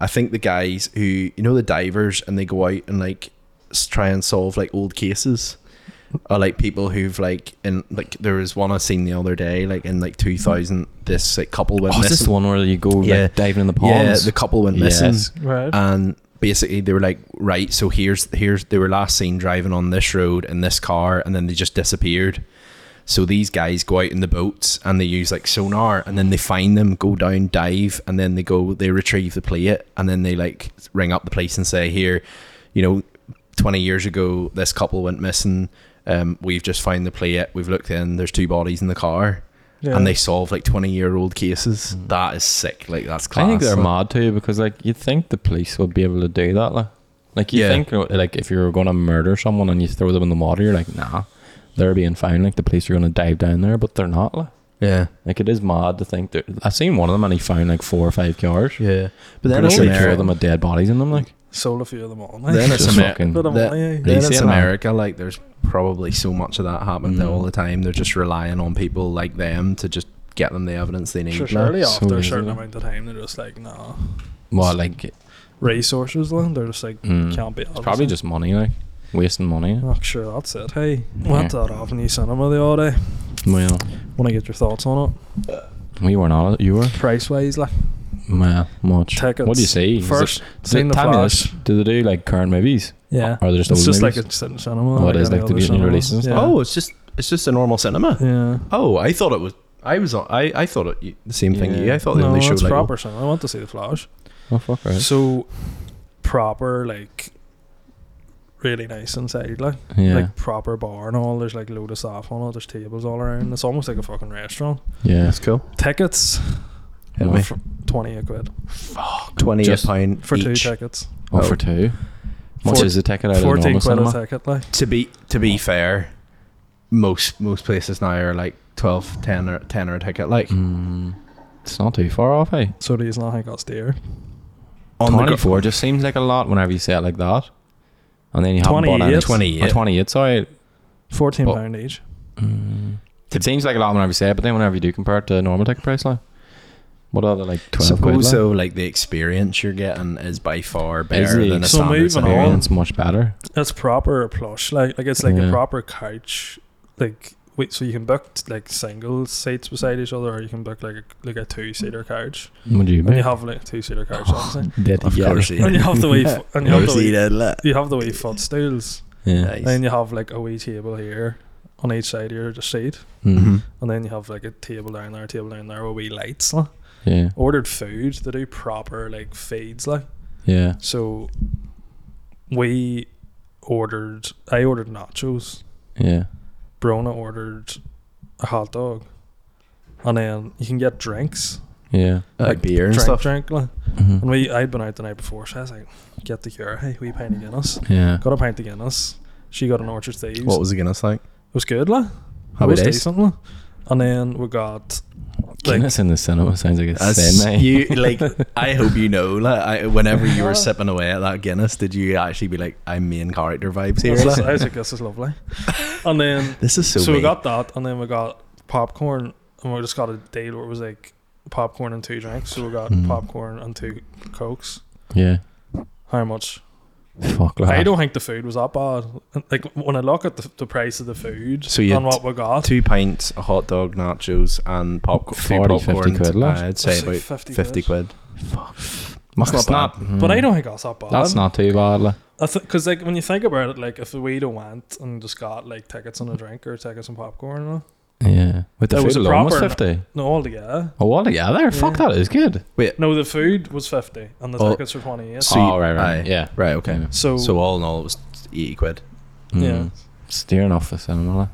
I think the guys who you know the divers and they go out and like s- try and solve like old cases. Or like people who've like in like there was one I seen the other day like in like 2000 this like couple went
Oh, is this the
missing.
one where you go
Yeah.
like diving in the
yeah,
ponds?
the couple went missing
Yes.
right.
and basically they were like right so here's here's they were last seen driving on this road in this car and then they just disappeared so these guys go out in the boats and they use like sonar and then they find them go down dive and then they go they retrieve the plate and then they like ring up the place and say here you know 20 years ago this couple went missing um, we've just found the plate we've looked in there's two bodies in the car
yeah.
and they solve like 20 year old cases
Mm.
that is sick like that's class
I think they're
Like,
mad too because like you think the police would be able to do that, like, like you
Yeah.
think you know, like if you're going to murder someone and you throw them in the water, you're like, nah, they're being fine. Like the police are going to dive down there, but they're not. Like,
yeah
like it is mad to think that I've seen one of them and he found like four or five cars.
yeah but
Then
then it's
Pretty sure
America.
four of them had dead bodies in them. Like
sold a few of them on. Like,
then it's
just
Amer-
fucking-
bit of
that-
money.
then
Really
it's
saying that.
America. Like, there's probably so much of that happening
Mm.
all the time. They're just relying on people like them to just get them the evidence they need.
Sure,
now.
surely
So
after a
easy,
certain
like.
amount of time, they're just like, nah.
well, like it's
Resources, like, they're just like,
Mm.
can't be. It's
probably just money, like wasting money.
Oh, sure, that's it. Hey, went to that Avenue Cinema the other day.
Well,
Want to get your thoughts on it?
we were not. You were.
Price wise, like
Well, much.
tickets.
What do you see? Is
First,
it,
seen the
tell me this,
flash.
Do they do like current movies?
Yeah.
Or are they just
it's
old
just
movies?
like a cin- cinema.
Oh, it is
any
like the
other
new
cinema.
releases and
yeah.
stuff.
Oh, it's just it's just a normal cinema.
yeah.
Oh, I thought it was. I was on. I, I thought it you- the same thing.
Yeah.
Yeah, I thought they
no,
only
it's
showed like.
proper cinema. I want to see the Flash.
Oh fuck right.
So proper, like really nice inside, like
yeah.
like proper bar and all. There's like load of stuff on it. There's tables all around. It's almost like a fucking restaurant.
yeah.
That's cool.
Tickets,
Hit
Oh,
me.
f- twenty a quid
Twenty a
Just
pound
for two
each.
tickets.
Oh,
Oh.
for two. Much
Four-
is the ticket out of the
Fourteen
normal
quid a
cinema?
ticket, like
to be to be fair, most most places now are like 12, 10 or ten or a ticket. Like
Mm, it's not too far off, eh?
so. These not think I'll steer.
on the go-
24 just seems like a lot whenever you say it like that. And then you haven't bought any.
28.
28.
Oh, 28, sorry.
Fourteen
But-
pound each.
Mm. It seems like a lot whenever you say it, but then whenever you do compare it to normal ticket price, like, what are they, like 12 quid?
Suppose
like?
so. Like the experience you're getting is by far better
the
than a
So
standard
moving on.
cinema.
Experience much better.
It's proper plush, like like it's like
Yeah.
a proper couch, like wait, so you can book t- like single seats beside each other, or you can book like a, like a two seater couch.
Would you
And you
be?
have like two seater
<laughs>
couch, obviously.
Dead
Of
yeah.
<laughs>
course,
And you have the wee,
Oh, Yeah.
f- and you have the wee,
that lot.
you have the wee footstools.
Yeah.
Nice.
Then you have like a wee table here on each side of your seat,
Mm-hmm.
Mm.
and then you have like a table down there, a table down there with wee lights. Like.
Yeah.
Ordered food, they do proper like feeds, like.
Yeah.
So we ordered. I ordered nachos.
Yeah.
Brona ordered a hot dog, and then you can get drinks,
Yeah.
Like, beer and
drink,
stuff.
drink. Like.
Mhm.
And we, I'd been out the night before, so I was like, "Get the cure, hey, we pint of Guinness."
Yeah.
Got a pint of Guinness. She got an Orchard Thieves.
What was it gonna like?
it was good, like.
Happy
it was
days.
decent, like. And then we got like
Guinness in the cinema sounds like a
As
sin, eh?
you like, I hope you know. Like, I, whenever you
<laughs> Yeah.
were sipping away at that Guinness, did you actually be like, "I'm main character vibes
I
here"? <laughs>
was, I
like?
was like, "This is lovely." And then
this is so.
so, we
me.
got that, and then we got popcorn, and we just got a deal where it was like popcorn and two drinks. So we got
Hmm.
Mm.
popcorn and two cokes.
<laughs> Yeah.
How much?
Fuck,
I
lad.
don't think the food was that bad. Like when I look at the, the price of the food
So you
and
had
what we got,
two pints, a hot dog, nachos, and popcorn.
40, 50
popcorn.
quid, lad.
I'd
I'd
say
say
about
50
fifty quid.
Fuck. Must
That's not
But I don't think that's that bad.
Mm. That's not too bad. Like.
Because like when you think about it, like if we don't want and just got like tickets and a drink or tickets and popcorn, no,
Yeah, with the
That
food
was
was alone was
proper-
fifty.
no altogether.
Oh, altogether, fuck that is good.
No, the food was fifty and the
Oh.
tickets were twenty eight.
So
oh
you-
right, right,
aye.
yeah.
Right, okay.
Yeah.
So,
So all in all, it was 80 quid.
Yeah.
Mm. steering off the cinema. Like,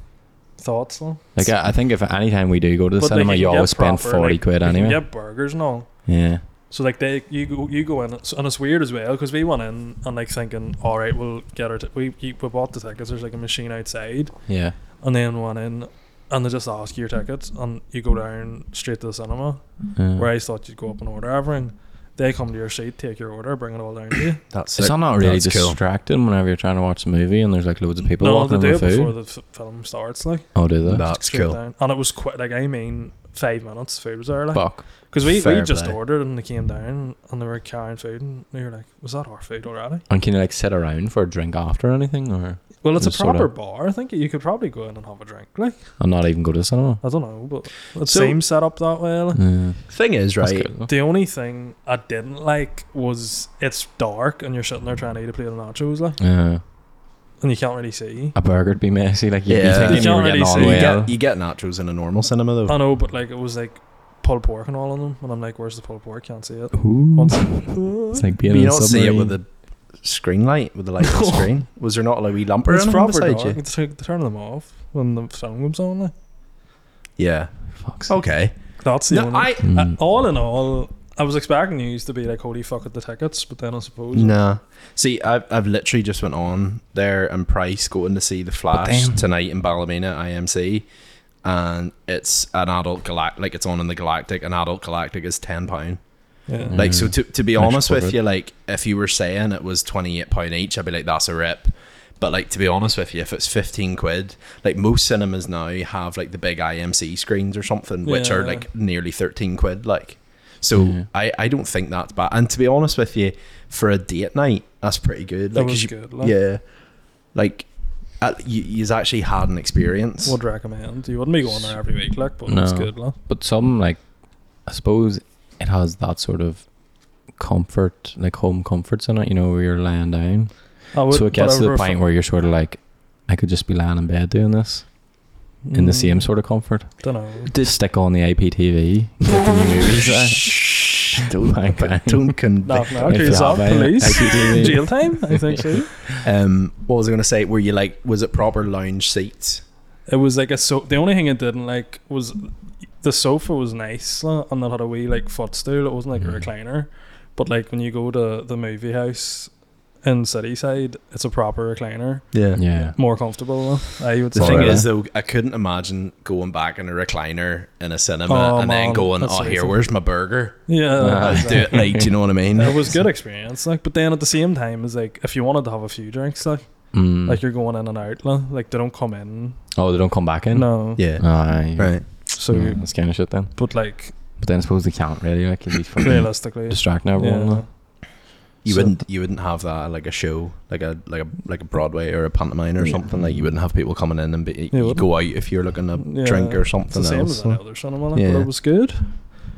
thoughts though.
Like, I, I think if any time we do go to the
But they
cinema,
can
you
get
always spend
proper,
forty
like,
quid
You can
anyway.
get burgers and all.
Yeah,
So like they you go you go in and it's weird as well because we went in and like thinking all right we'll get our t- we we bought the tickets there's like a machine outside
yeah.
and then went in and they just ask you your tickets and you go down straight to the cinema
Mm.
yeah.
where I thought you'd go up and order everything they come to your seat take your order bring it all down to you
That's
Is
it.
that not really
That's cool.
distracting whenever you're trying to watch a movie and there's like loads of people
no they
walking
do
with
it before
food?
the f- film starts like
Oh, do they?
That's
straight
cool.
down. and it was quick like I mean five minutes food was there like
Fuck.
because we, we
Fair
just
play.
ordered and they came down and they were carrying food and we were like was that our food already
And can you like sit around for a drink after or anything, or
Well, it's a
Just sorta-
proper bar. I think you could probably go in and have a drink. Like
and not even go to the cinema?
I don't know, but it
So-
seems set up that way. like.
Yeah.
Thing is,
That's
right?
good, though.
The only thing I didn't like was it's dark and you're sitting there trying to eat a plate of nachos, like,
Yeah.
and you can't really see.
A burger'd be messy. Like you'd
Yeah.
be
You
thinking you, were
can't
getting
really
on
see.
You,
well.
get, you get nachos in a normal cinema, though.
I know, but like it was like pulled pork and all on them, and I'm like, "Where's the pulled pork? Can't see it."
Ooh.
Once-
It's like being
But you
in a
don't see it
submarine.
with the screen light, with the light on the screen. Was there not a wee lump or
it's
anything
proper
beside
dark.
you?
It's like turn them off when the film comes on. Like.
Yeah.
Fuck's sake.
Okay.
That's the
No,
only.
I. Hmm.
Uh,
Mm.
all in all, I was expecting news to be like, "Holy fuck at the tickets," but then I suppose
Nah. See, I've, I've literally just went on there and price going to see The Flash
damn.
tonight in Ballymena IMC. And it's an adult galactic, like it's on in the galactic. An adult galactic is £10.
yeah.
Mm.
Like so to to be
Extra
honest with
bit.
you, like if you were saying it was twenty eight pound each, I'd be like, that's a rip. But like to be honest with you, if it's fifteen quid, like most cinemas now have like the big IMC screens or something, which are
Yeah.
like nearly thirteen quid, like so
Yeah.
I, I don't think that's bad. And to be honest with you, for a date night, that's pretty good.
That
Like, 'cause
was
you,
good, like.
yeah, like uh, you, you's actually had an experience.
Would recommend. You wouldn't be going there every week, like, but it's
No.
good, like.
but some like I suppose it has that sort of comfort, like home comforts in it. You know, where you're lying down,
I would,
so it
but
gets
I
to the
would
point
prefer-
where you're sort of like, I could just be lying in bed doing this in the
Mm,
same sort of comfort.
Don't know.
Stick on the IPTV.
<laughs>
get the new movies out.
Shh, don't
Thank
con-
you.
don't convict
Knock knock.
If you
Who's
have
up?
a
Police. <laughs>
IPTV.
Jail time. I
<laughs>
think so.
Um, what was I going to say? Were you like, was it proper lounge seats?
It was like a so. The only thing I didn't like was the sofa was nice like, and it had a wee like footstool. It wasn't like a
Mm.
recliner, but like when you go to the movie house in city side, it's a proper recliner,
Yeah.
more comfortable. like, I would
The
say.
thing
Sorry.
is, though, I couldn't imagine going back in a recliner in a cinema
Oh,
and then
man,
going,
that's
"Oh, here,
amazing.
where's my burger?"
yeah,
Ah,
I'll do
exactly.
it. Like, do you know what I mean?
it was good experience. Like, but then at the same time, is like if you wanted to have a few drinks, like.
Mm.
Like you're going in and out, like, like they don't come in.
oh, they don't come back in.
No.
Yeah.
Aye.
Right.
So,
Yeah, that's kind of shit then.
but like <clears throat>
But then I suppose they can't really like
<coughs>
if he's fucking
realistically,
distracting everyone.
yeah.
like.
You
So-
wouldn't. You wouldn't have that at, like a show, like a like a like a Broadway or a pantomime or
Yeah.
something. Like you wouldn't have people coming in and be,
You
you
wouldn't.
go out if you're looking a
Yeah.
drink or
It's
something
the same
else.
as that other cinema, like,
Yeah.
but it was good.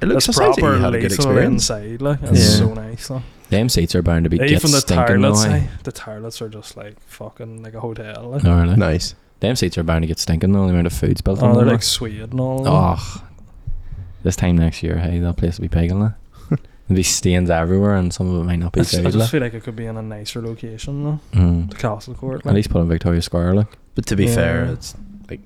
it looks
It's
it sounds like you
proper
had a good
lethal
experience.
inside, like it's
Yeah.
so nice. Like.
Them seats are bound to be get
Even the
stinking
toilets,
though. aye.
eh? the toilets are just like fucking like a hotel. Like.
No, really.
Nice.
Them seats are bound to get stinking though. The amount of food's built on
Oh, they're
them.
like Swede and all.
Ah,
like.
Oh, this time next year, hey, that place will be pegging. There'll be stains everywhere, and some of it might not be
It's- I
good.
just
Like.
feel like it could be in a nicer location, though.
Mm.
The Castle Court.
At
Like.
least put in Victoria Square, like.
But to be
Yeah.
fair, it's like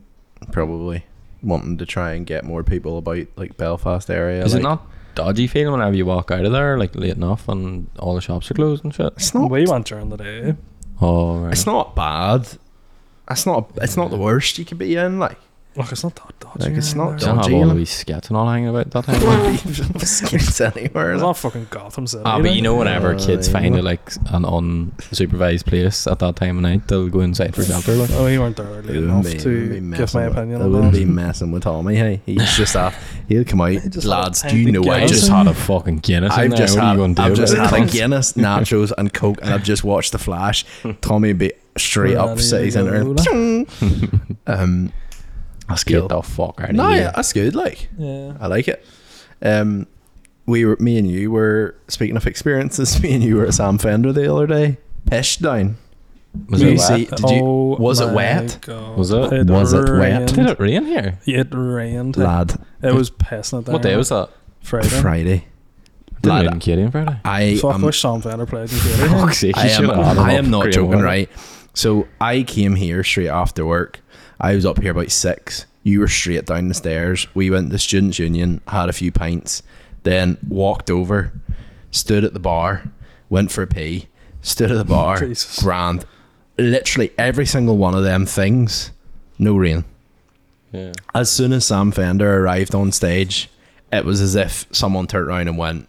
probably wanting to try and get more people about like Belfast area.
Is
like-
it not dodgy feeling whenever you walk out of there, like late enough, and all the shops are closed and shit?
It's not.
We went during the day.
Oh, right.
It's not bad. It's not. It's not the worst you could be in.
<laughs>
Like <laughs>
Look, it's not that dodgy.
Like, it's not
around there.
You don't have
dodgy,
all
like.
the wee skits and all hanging about that
<laughs>
time. like.
skits anywhere.
It's
like.
not fucking Gotham City.
Ah, but
like.
you know, whenever kids
Uh,
find it like an unsupervised place at that time of night, they'll go inside for shelter. Like.
Oh, you weren't there early
They
enough
wouldn't be-
to
wouldn't be
give
messing
my
with-
opinion
They
on
wouldn't
that.
be messing with Tommy. Hey, he's just off. He'll come
<laughs>
out.
just had a
Lads, do
pint
you
of
know I
Guinness
just
and-
had a.
a fucking Guinness.
I've
in there.
just
what are you
had,
going to do?
I've just
about
had
it?
a
<laughs>
Guinness, nachos, and Coke, and I've just watched The Flash. Tommy would be straight
Ready
up
to
City
go,
Centre.
like.
<laughs> um, that's
Get
cool.
the fuck out of
No,
here.
yeah, that's good. Like,
Yeah.
I like it. Um, we were, me and you were speaking of experiences. <laughs> Me and you were at Sam Fender the other day. Pish down.
Was
You
it
see-
wet?
Did you-
Oh
was it
my
wet?
God.
Was it?
Was it wet?
Did
rained.
it rain here?
It rained.
Lad,
It was pissing it down.
What day was that?
Friday.
Friday.
Didn't
Lad,
rain in Katie on Friday.
I
um,
Fuck,
am
wish Sam Fender played in
<laughs>
Gator.
Fuck's sake,
<laughs>
you
I am,
should've had
I
it
am
up.
not
Great
joking,
one.
right? So I came here straight after work. I was up here about six. You were straight down the stairs. We went to Students' Union, had a few pints, then walked over, stood at the bar, went for a pee, stood at the bar,
Jesus.
grand. Literally every single one of them things, no rain.
Yeah.
As soon as Sam Fender arrived on stage, it was as if someone turned around and went,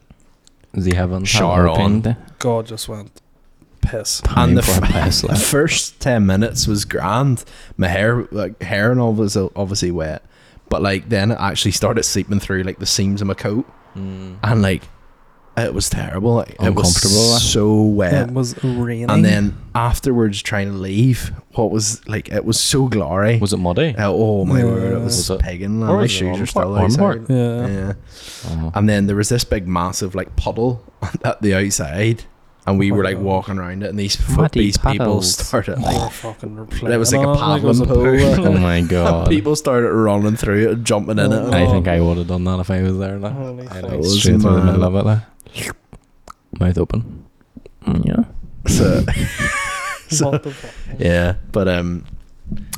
Does he have on?
Shower on.
God just went piss.
and <laughs> the,
for a piss,
f-
like.
first 10 minutes was grand my hair like hair and all was uh, obviously wet but like then it actually started seeping through like the seams of my coat and like it was terrible like, it
Uncomfortable, eh?
was so wet
It was raining.
and then afterwards trying to leave what was like it was so glory
Was it muddy?
Uh, oh my word it was,
Was it-
pegging man.
Or
my
was it
shoes
arm
are still
part- arm
outside
part?
yeah.
yeah
Oh.
and then there was this big massive like puddle <laughs> at the outside, and we were like walking around it, and these fo-
Muddy
these people
puddles.
started
They
like
were fucking
there was like
playing
a
on it, like it was
paddling pool,
a
and
<laughs> Oh my god.
<laughs> people started running through it and jumping in it.
I
Oh.
think I would have done that if <laughs> I was there. Like,
Holy
I'd
fuck.
have
was
straight through the
mad.
middle of it. Like. Mouth open. Mm, Yeah.
<laughs>
So, so,
<laughs>
What the fuck?
yeah, but um,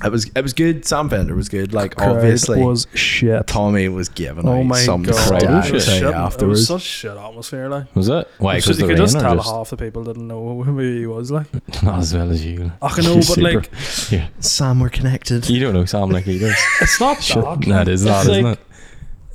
it was it was good. Sam Fender was good. Like
Crowd
obviously,
was shit.
Tommy was giving
Oh
out
my
some
god!
crowd
crap
it, was
to
shit.
say
it was
afterwards.
such shit atmosphere. Like,
Was dus- it? Why?
you,
Because
could- you
the
could
rain
just
or
tell
just
half the people didn't know <laughs> who he was. Like,
<laughs> not as well as you.
I
<laughs>
can know, but
Super.
like,
Sam were connected.
You don't know Sam like
<laughs>
he does.
it's not
<laughs> Shit.
that.
No, it is not,
It's
isn't
like-
it?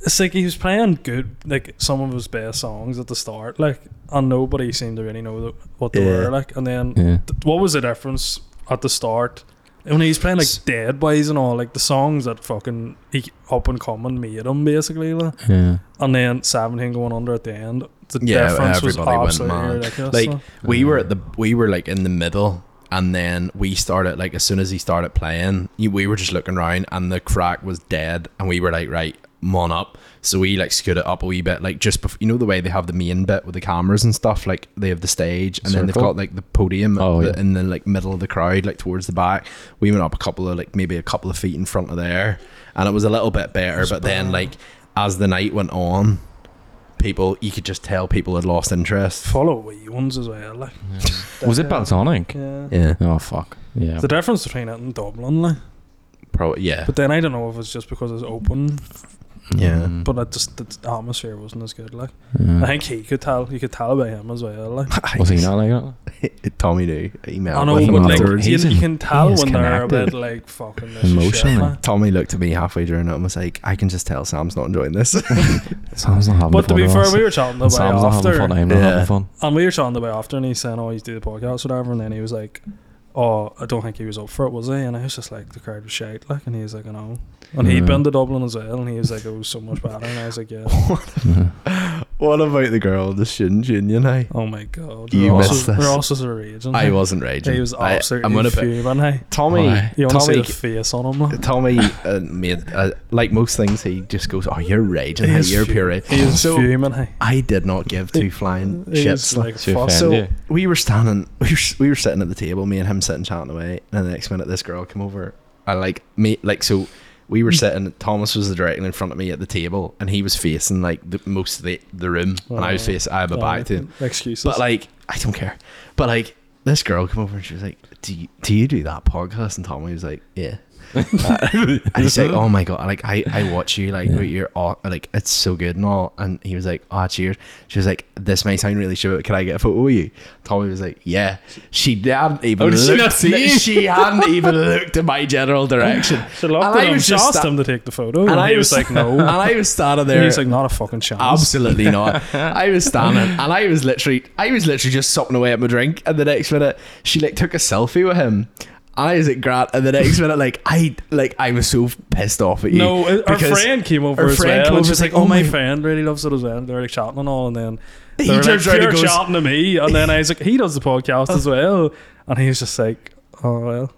It's like he was playing good, like some of his best songs at the start. Like, and nobody seemed to really know that, what they
Yeah.
were. Like, and then
Yeah.
th- what was the difference at the start? When he was playing
S-
like Dead Boys and all, like the songs that fucking he up and coming made him basically. Like.
Yeah.
and then 17 going under at the end. The
Yeah,
difference was
everybody went
absolutely
mad.
ridiculous.
Like,
though.
we were
Mm.
at the we were like in the middle and then we started like as soon as he started playing you- we were just looking around and the crack was dead and we were like right mon up so we like scooted up a wee bit like just before you know the way they have the main bit with the cameras and stuff like they have the stage and then they've
Circle?
got like the podium
Oh,
the-
yeah.
in the like middle of the crowd like towards the back we went up a couple of like maybe a couple of feet in front of there and it was a little bit better but then
bad.
like as the night went on people you could just tell people had lost interest
follow wee ones as well. Like,
Was it Balsonic?
yeah
Yeah.
Oh fuck. Yeah.
The difference between it and Dublin, like,
probably yeah
but then I don't know if it's just because it's open,
Yeah.
Mm.
but it just the atmosphere wasn't as good. Like,
Yeah.
I think he could tell, you could tell by him as well. Like,
<laughs> Was he not like that?
<laughs> Tommy knew. Email
I
with
know,
him
but like,
afterwards.
you,
He's
you
in-
can tell
he is
when they're a
connected.
bit like fucking this is shit,
Emotionally.
like.
Tommy looked at me halfway during it and was like, "I can just tell Sam's not enjoying this." <laughs>
Sam's not having
But to
fun
be
at
fair,
all.
we were chatting the
And
way
Sam's not having
after,
fun. eh? I'm not
Yeah.
having <laughs> fun.
and we were chatting the way after, and he's saying, "Oh, he's do the podcast, or whatever." And then he was like, "Oh, I don't think he was up for it, was he?" And I was just like, "The crowd was shite, like." And he was like, "I know." And he'd been
Mm.
to Dublin as well, and he was like, "It was so much better." And I was like, "Yeah."
Yeah.
what about the girl in the student union? I
Oh my god,
You
They're also-
missed this.
They're also a raging.
I wasn't raging.
He was
I-
absolutely
I'm gonna put
fuming. Hey,
Tommy.
Why?
you want to see
Tommy.
the face on
<laughs>
him? Like? <laughs>
Tommy uh, made uh, like most things. He just goes, "Oh, you're raging.
He
Hey,
is
you're
fu-
pure rage."
He is
so
fuming. Hey,
I did not give two flying
He
shits.
is
like-
like
Too
fuck.
fast.
so
yeah.
we were standing, <laughs> we were, we were sitting at the table, me and him sitting chatting away, and the next minute this girl came over. I like me like so we were sitting. Thomas was directly in front of me at the table, and he was facing like the most of the, the room, and I was
Oh.
facing. I had my
Uh,
back to him,
Excuses.
but like I don't care. But like this girl came over and she was like, "Do you do, you do that podcast?" And Tommy was like, "Yeah." I was like, "Oh my god!" Like I, I watch you, like
Yeah.
you're all, like it's so good and all. And he was like, "Ah, cheers." She was like, "This may sound really short. Can I get a photo of you?" Tommy was like, "Yeah." She hadn't even.
Oh, did she
looked,
not see you?
She hadn't even looked in my general direction.
she looked
and
at
I
him.
was
She
just
asked
sta-
him to take the photo, and,
And I
he was
was-
like, "No."
<laughs> And I was standing
And
there.
he's like, "Not a fucking chance."
Absolutely not. I was standing and I was literally I was literally just sopping away at my drink and the next minute she like took a selfie with him. And I was at Grant and the next minute like I like I was so pissed off at you.
No, uh, our
because
friend came over
our
as
friend
well.
came
and
over,
she's
like,
like, "Oh,
"Oh
my
my-"
friend really loves it as well." And they're like chatting and all, and then
He
they were
turns
like,
around
"You're
and goes-
chatting to me,"
<laughs>
and then I was like, "He does the podcast as well," and he was just like, "Oh well."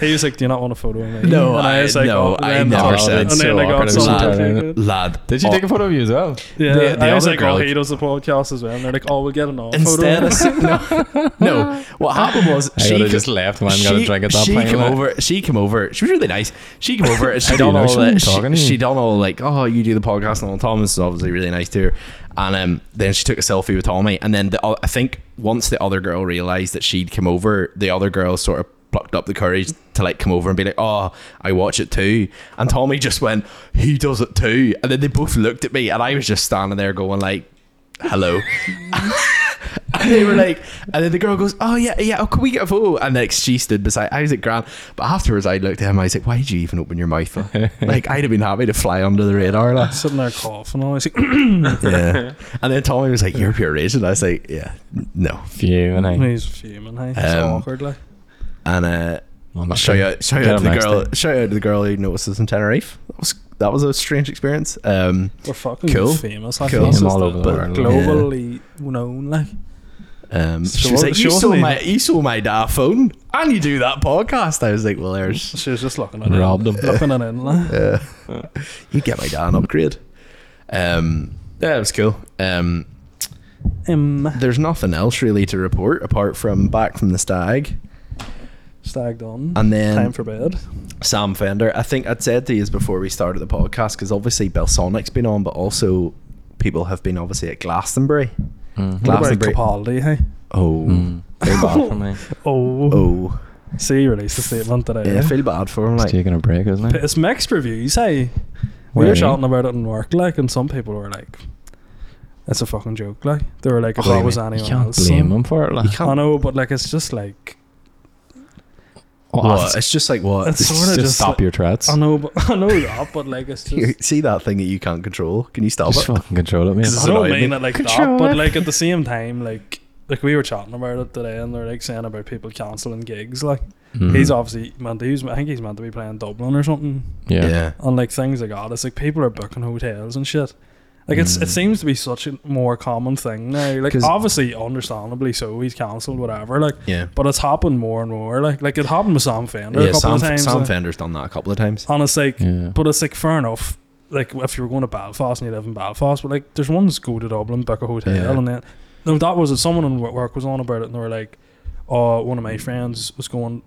He was like, "Do you not want a photo of me?"
No,
and
I- no, I
and "Oh, then
never
got-
said
And then
so
I got
awkward.
someone to
Lad.
take it.
lad.
Did
Oh.
you take a photo of you as well?
Yeah,
The- the
I was
other
like,
girl-
"Oh, he does the podcast as well." And they're like, "Oh, we'll get an off
Instead
photo."
of no, <laughs> no, what happened was
I
she
would
could-
have just left when I'm going to
she,
drink at that
she
point.
came
like.
over. She came over. She was really nice. She came
<laughs>
over. and She
I don't
done all
know,
that.
she talking
She,
to you.
she done all like, oh, you do the podcast and all. Thomas is obviously really nice to her. And um, then she took a selfie with Tommy. And then the, o- I think once the other girl realized that she'd come over, the other girl sort of plucked up the courage to like come over and be like, oh, I watch it too. And Tommy just went, he does it too. And then they both looked at me, and I was just standing there going like, hello. <laughs> And they were like, and then the girl goes, "Oh yeah, yeah, oh, can we get a photo?" And like she stood beside Isaac Grant. But afterwards, I looked at him. I was like, "Why did you even open your mouth?"
<laughs>
like I'd have been happy to fly under the radar. Like.
Sitting there coughing, and I was like,
Yeah. And then Tommy was like, "You're pure racist." I was like, "Yeah, n- no."
Phew, and I.
he's fuming. Hey, it's
Um,
awkward. Like,
And uh,
I'm not
shout
sure.
out, shout
Get
out to
him
the
next
girl,
time.
shout out to the girl who noticed us in Tenerife. That was that was a strange experience. Um,
we're fucking
Cool.
famous. Like,
Cool.
this
Fame
is
all
the-
over the
but
world. like.
globally known. Like,
um,
So
she was
what-
like,
she
"You
wasn't
saw
even-
my, you saw my da phone, and you do that podcast." I was like, "Well, there's."
she was just looking at
Robbed
him,
him.
looking at him. Like.
Yeah. Uh, <laughs> you get my dad an upgrade. Um, yeah, it was cool. Um,
Um,
there's nothing else really to report apart from back from the stag,
stag done.
and then
Time for bed.
Sam Fender. I think I'd said to you before we started the podcast because obviously Belsonic's been on, but also people have been obviously at Glastonbury.
Mm.
What about
Glastonbury.
Capaldi? Hey.
Oh,
Mm. Very
<laughs>
<laughs>
bad for me.
Oh.
oh,
See, he released a statement today.
yeah, I
eh?
feel bad for him.
It's
Like,
taking a break, isn't it?
It's mixed reviews, hey. We
Why?
were shouting about it in work, like, and some people were like, "It's a fucking joke." Like, they were like, "If
Oh,
that
you
was
mean-
anyone
You can't
else."
blame
so-
him for it. Like.
You can't-
I know, but like, it's just like
what? It's just like what?
It's
Just,
sort of just
stop
like-
your threats.
I know, but <laughs> I know that, but
<laughs>
like, it's
You
just.
see that thing that you can't control? Can you stop
Just
it?
fucking control it, man.
This is
I don't
annoying.
mean it like
Control
that, but
it.
like at the same time, like like we were chatting about it today, and they're like saying about people cancelling gigs. Like
Mm-hmm.
Mm.
<laughs> he's obviously meant to, he's, I think he's meant to be playing Dublin or something.
Yeah.
on like things like that. It's like people are booking hotels and shit. Like it's it
Mm.
seems to be such a more common thing now. Like
'Cause-
obviously, understandably so, he's cancelled whatever. Like,
yeah.
but it's happened more and more. Like, like it happened with Sam Fender a
Yeah,
couple
Sam,
of times. uh, Oh.
Sam
like,
Fender's done that a couple of times.
and it's like,
Yeah.
but it's like fair enough. Like if you were going to Belfast and you live in Belfast, but like there's ones go to Dublin, book a hotel,
Yeah.
and then no, that was it. Someone in wo- work was on about it, and they were like, "Oh, one of my friends was going."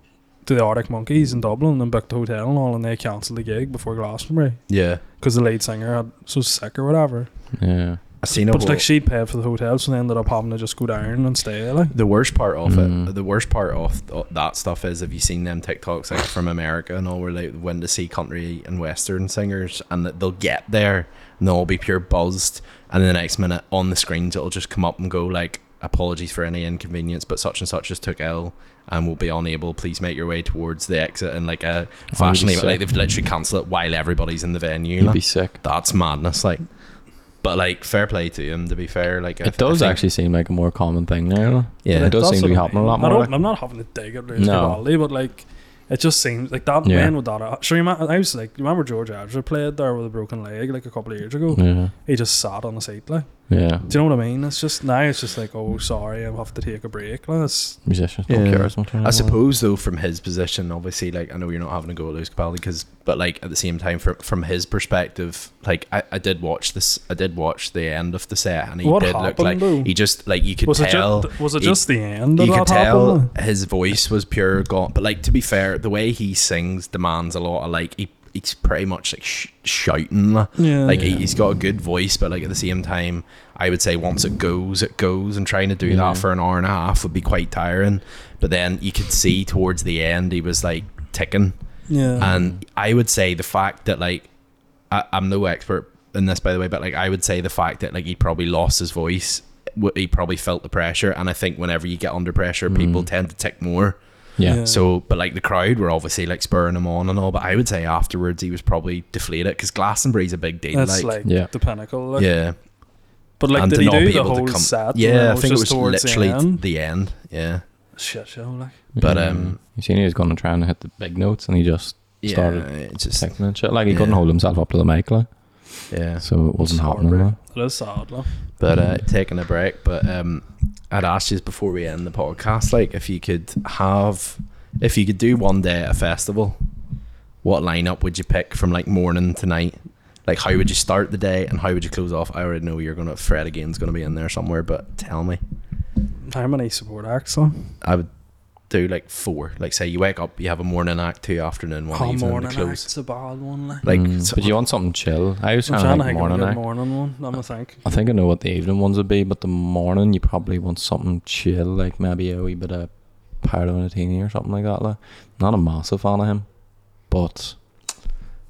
To the Arctic Monkeys in Dublin and booked a hotel and all, and they cancelled the gig before Glastonbury
Yeah.
because the lead singer had so sick or whatever.
Yeah.
I seen
but
it.
like she'd paid for the hotel, so they ended up having to just go down and stay. Like,
The worst part of
Mm.
it, the worst part of th- that stuff is have you seen them TikToks like from America and all where like when to see country and western singers and that they'll get there and they'll all be pure buzzed and the next minute on the screens it'll just come up and go like apologies for any inconvenience but such and such just took ill and will be unable please make your way towards the exit and like a fashion event like
sick.
they've literally cancelled it while everybody's in the venue
You'd
like.
be sick.
that's madness like but like fair play to him to be fair like I
It
th- I
does
think-
actually seem like a more common thing now.
yeah
it does
that's
seem to
what
be
I
happening a lot
mean.
more,
I don't,
like-
I'm not having to dig at Louis
No.
Capaldi, but like, it just seems like that.
Yeah.
When would that? ha- Sure, you ma- I was like, you remember George Adler played there with a broken leg like a couple of years ago?
Yeah.
He just sat on the seat. Like,
Yeah.
do you know what I mean? It's just now. It's just like, oh, sorry, I have to take a break. Like, it's,
Musicians don't
Yeah.
care as much.
I
anymore.
suppose though, from his position, obviously, like I know you're not having to go at Luis Capaldi, because, but like at the same time, from from his perspective, like I, I did watch this, I did watch the end of the set, and he
What
did look
happened,
like
though?
he just like you could
was, it
tell,
just, was it
he-
just the end? That
you could
that
tell
happened?
his voice was pure gone. But like to be fair, the way he sings demands a lot of like he he's pretty much like sh- shouting. like.
Yeah.
Like he,
Yeah.
he's got a good voice, but like at the same time, I would say once it goes, it goes, and trying to do
Yeah.
that for an hour and a half would be quite tiring. But then you could see towards the end he was like ticking,
yeah.
and I would say the fact that like I, I'm no expert in this, by the way, but like I would say the fact that like he probably lost his voice, w- he probably felt the pressure, and I think whenever you get under pressure, people tend to tick more.
Yeah.
Mm. Yeah.
So, but like the crowd were obviously like spurring him on and all, but I would say afterwards he was probably deflated because Glastonbury's a big deal.
That's
like,
like,
Yeah.
the pinnacle. Like,
yeah,
But like,
and
did
to
he
not
do
be
the
able
whole
to come.
set? or
Yeah, I think
just
it was
towards the
literally
end?
the end. Yeah,
shit show. Like,
but, um,
Mm. you seen he was going to try and hit the big notes, and he just
yeah,
Started
it just
sicking and shit. Like he couldn't
Yeah.
hold himself up to the mic, like.
yeah.
So it wasn't happening. Like.
It is sad. Like.
But
Mm.
uh, taking a break. But um, I'd asked you before we end the podcast, like if you could have if you could do one day at a festival, what lineup would you pick from like morning to night? Like, how would you start the day and how would you close off? I already know you're gonna Fred again's gonna be in there somewhere, but tell me.
How many support acts? though?
I would do like four. Like, say you wake up, you have a morning act, two afternoon, one
Oh,
evening, and
morning
a close.
act's a bad one. Like.
Like,
Mm,
so-
but you want something chill. I was
I'm
trying, to
trying to
think
think of a
morning.
good
act.
morning one. I'm a think.
I think I know what the evening ones would be, but the morning you probably want something chill, like maybe a wee bit of Paolo Nutini or something like that. Like. Not a massive fan of him, but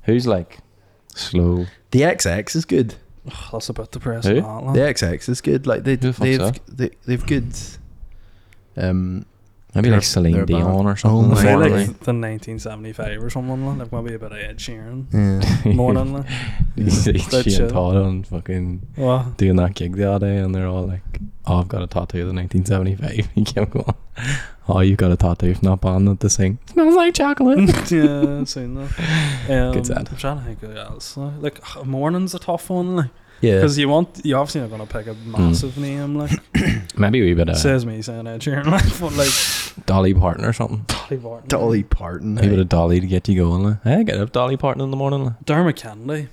who's like slow?
the XX is good.
Ugh, that's a bit depressing.
Who?
that, like.
The XX is good. Like they
Who the fuck's
they've
that?
they, they've good. Um,
Maybe
They're-
like
they're
Celine
bad.
Dion or
Oh
something.
I
my
feel like
Morning.
the 1975 or something. Like, like maybe a bit of
<laughs>
Ed Sheeran.
yeah.
<laughs>
Morning. like.
He's like
That's
Shane
it.
Todd on fucking
Well, <laughs>
doing that gig the other day, and they're all like, "Oh, I've got a tattoo of the <laughs> 1975." He kept going, "Oh, you've got a tattoo from that band that they sing <laughs> smells like chocolate."
yeah,
<laughs>
seen that. Um,
Good sad.
I'm trying to think of else. Like, like ugh, morning's a tough one. Like,
yeah. Mm.
because you want, you're obviously not gonna pick a massive name. Like,
<laughs> Maybe a wee
er-
bit of
says me saying Ed Sheeran. <laughs> Like, but like
Dolly Parton or something.
Dolly
<laughs>
Parton.
Dolly Parton.
A wee bit
eh?
of Dolly to get you going. Like. I get up Dolly Parton in the morning. Like.
Dermot Kennedy.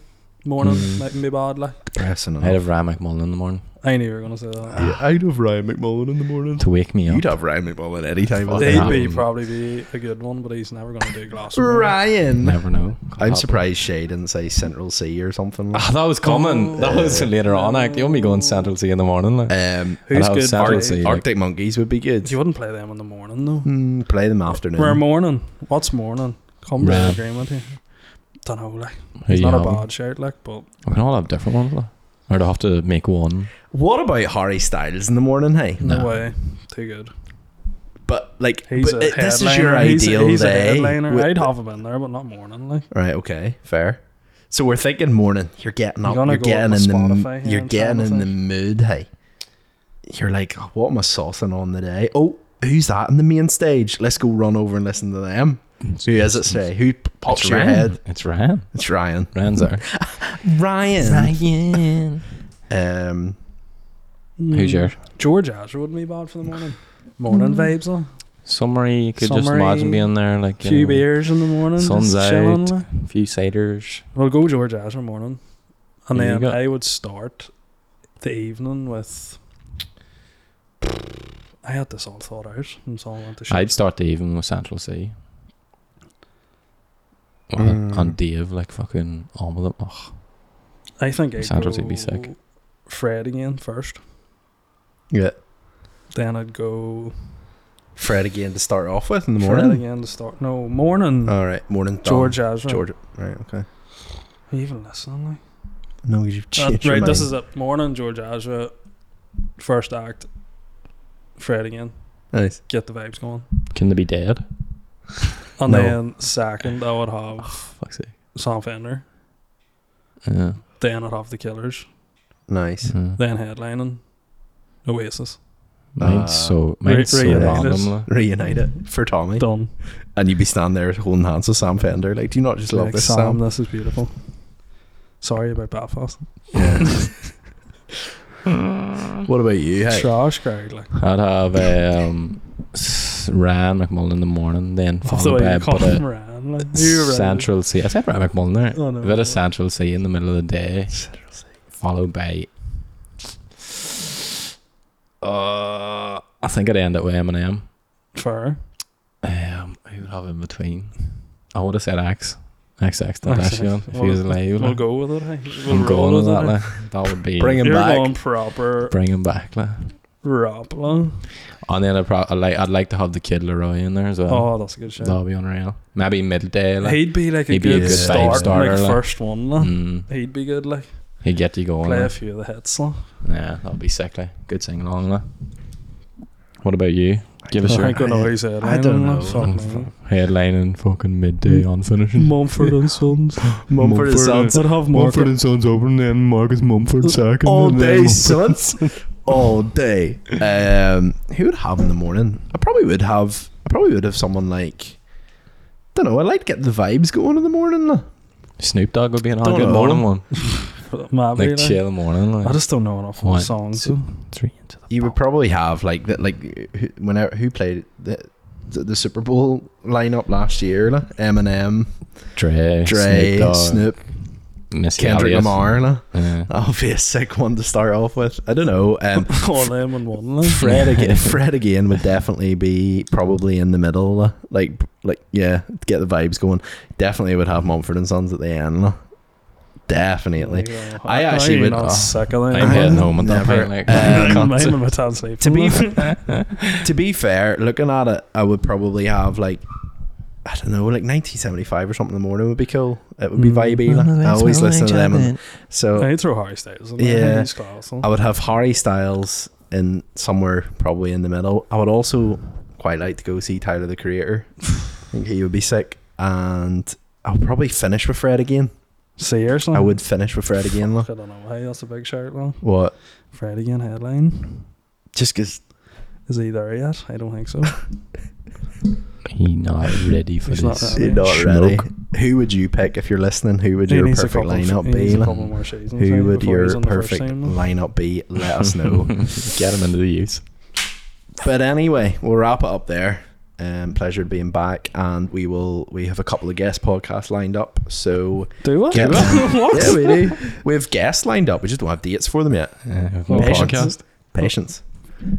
Morning
Mm.
making me bad. Like,
Depressing
I'd
enough.
have Ryan McMullen in the morning
I knew you were gonna say that.
Yeah, I'd have Ryan McMullen in the morning.
to wake me up.
You'd have Ryan McMullen any time. of the
They'd
Fucking
day.
be
hell.
probably be a good one, but he's never gonna do glass.
Ryan.
Never know.
I'm
Could happen.
surprised Shay didn't say Central C or something.
<laughs>
<laughs>
Ah, that was coming. that was
Uh,
later on. Like, you'll be going Central Sea in the morning. Like.
Um,
Who's
I'll
good?
sound
for
and see.
you?
like-
Arctic Monkeys would be good.
you wouldn't play them in the morning though.
Hmm, play them afternoon.
We're morning. What's morning? Come to an
Rap.
agreement here. Don't know. Like,
Who
it's
you
not a
having?
bad shout. Like, but
We can all have different ones. Like. Or do I have to make one?
what about Harry Styles in the morning? Hey,
no
Nah.
way. Too good.
but like,
He's
but
a
it-
headliner.
this is your
he's
ideal
a, he's
day.
a headliner.
Wi-
I'd have him in there, but not morning. Like,
Right. Okay. Fair. So we're thinking morning. You're getting
You're
up. You're,
gonna go
getting in
on
the.
Spotify
m-
here
You're
and
getting
tell
in the
myself.
mood. Hey. You're like, "Oh, what am I saucing on today? Oh, who's that in the main stage? Let's go run over and listen to them. Who is it? Say who p- pops
It's
your
Ryan.
head?
It's Ryan.
It's Ryan.
Ryan's <laughs> there.
Ryan.
<laughs>
Ryan.
Um.
Who's yours?
George Asher wouldn't be bad for the morning.
Mm.
Morning vibes, though.
Summary, you could just
Summary,
imagine being there, like you
Few
know,
beers in the morning.
sun's
just
out.
chilling, like.
few ciders.
We'll go George Asher morning, and
There you
then
go.
I would start the evening with. I had this all thought out, and so I went to shit.
I'd start the evening with Central C. Well,
Mm.
And Dave, like fucking all of them. Ugh.
I think I'd
Sanders
go
would be sick.
Fred again first.
Yeah.
Then I'd go
Fred again to start off with in the
Fred
morning.
again to start. No morning.
All right. Morning. done.
George uh, Asher.
George. Right. Okay.
Are you even listening? Like?
No, you've
Uh,
changed your
right, this
mind.
is it. Morning, George Azra. First act. Fred again.
nice.
Get the vibes going.
Can they be dead?
And
No.
then second, I would have
Fuck's sake.
Sam Fender.
Yeah.
Then I'd have The Killers.
Nice.
Mm.
Then headlining Oasis. Ah.
Mine's
Uh,
so
Ray-
mine's
Ray
so
Davis.
random. like.
Reunite it for Tommy.
Done.
And you'd be standing there holding hands with Sam Fender. Like, do you not just love
Like,
this,
Sam,
Sam?
this is beautiful. Sorry about Belfast.
What about you? Hey?
Trash crowd. Like.
I'd have um, s- Ryan McMullen in the morning,
<laughs>
then
That's the
followed
way
by
you
a
call
bit of
him Ran. Like, you ran.
Central C. I said Ryan McMullen there.
Oh, no.
A bit of Central C in the middle of the day. followed by uh, I think I'd end it with Eminem.
Fair.
Um, who would have in between? I would have said Axe, Axe Axe
Axe
Temptation. If he was alive,
We'll
like.
go with it. Hey. We'll
I'm
roll
going with that.
it.
Like. That would be
Bring
hey.
him
You're
back.
going proper
bring him back, like.
rap. Like.
And then I'd, pro- I'd like I'd like to have the kid Leroy in there as well.
Oh, that's a good shout.
That would be unreal. Maybe midday, like.
He'd be like a
He'd be
good,
a
good
start,
vibe
starter,
like,
like.
first one. Like.
Mm,
He'd be good, like
he'd get you going.
play a
Like.
few of the hits. Like.
Yeah, that would be sick. Like. Good sing along. Like. What about you? Give us
I
your
think I know he's headlining.
I don't know.
Fuck
<laughs>
me.
headline and fucking midday on finishing.
Mumford and Sons.
Mumford and Sons.
I'd have Mumford.
and Sons opening, then Marcus Mumford second.
All day, sons. All day. Um, who would have in the morning? I probably would have. I probably would have someone like. Don't know. I like getting the vibes going in the morning. like.
Snoop Dogg would be an
Don't
all good
know.
morning one.
Maybe,
Like
like,
chill morning. Like,
I just don't know enough
One,
of songs.
two,
though.
three into the
You would probably have like that. Like who, whenever who played that the, the Super Bowl lineup last year, like Eminem,
Dre,
Dre,
Snoop, Dogg,
Snoop,
Missy
Kendrick
Elliott.
Lamar. Like.
Yeah.
<laughs> That would be a sick one to start off with. I don't know. Um,
<laughs> All them and one of them. <laughs>
Fred again. <laughs> Fred again would definitely be probably in the middle. uh, Like, like yeah, get the vibes going. Definitely would have Mumford and Sons at the end. uh, Definitely.
Like, uh,
I
how
actually
are you
would-
Not
oh,
sick of them.
I'm heading
<laughs>
home at that
Never.
point. Like,
Um,
I'm
concert.
in my dad's sleep.
To
<laughs>
be to be fair, looking at it, I would probably have like. I don't know, like 1975 or something in the morning would be cool. It would be
Mm.
vibey. like, I always listen to them. and- So
I throw Harry Styles in
Yeah.
there. He's class. huh?
I would have Harry Styles in somewhere probably in the middle. I would also quite like to go see Tyler the Creator. I think he would be sick. And I'll probably finish with Fred again.
See or something.
I would finish with Fred again.
Fuck,
Look.
I don't know. Hey, that's a big shout, though.
What?
Fred again headline.
Just because
Is he there yet? I don't think so.
he not ready for
He's not
this.
that
you're
mean,
not ready.
schmuck.
Who would you pick if you're listening? Who would
he
your
needs a
perfect
couple,
lineup
he
be?
needs a
like?
couple more seasons. I
Who
think,
would
before he's
your
on the first
perfect
team, though.
lineup be? Let us
<laughs>
know.
Get him into the use.
But anyway, we'll wrap it up there. Um, pleasure being back, and we will. We have a couple of guest podcasts lined up, so
Do what?
Get them.
<laughs>
<laughs>
what?
yeah, we do. We have guests lined up. We just don't have dates for them yet.
Well,
Patience.
podcast.
Patience.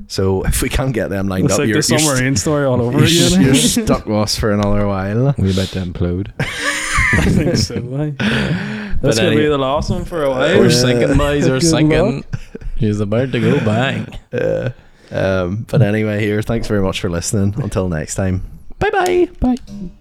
So <laughs> if we can't get them lined
It's
up,
like
you're,
the
you're, st-
submarine story all over
you're, s- <laughs>
again.
you're
<laughs>
stuck with us for another while.
We about to implode.
<laughs> I think so. Like. That's gonna
anyway-
be the last one for a while.
We're sinking,
<laughs>
boys.
we're Good sinking.
He's about to go bang.
Uh, um, but anyway, here, thanks very much for listening. Until next time. Bye-bye. Bye.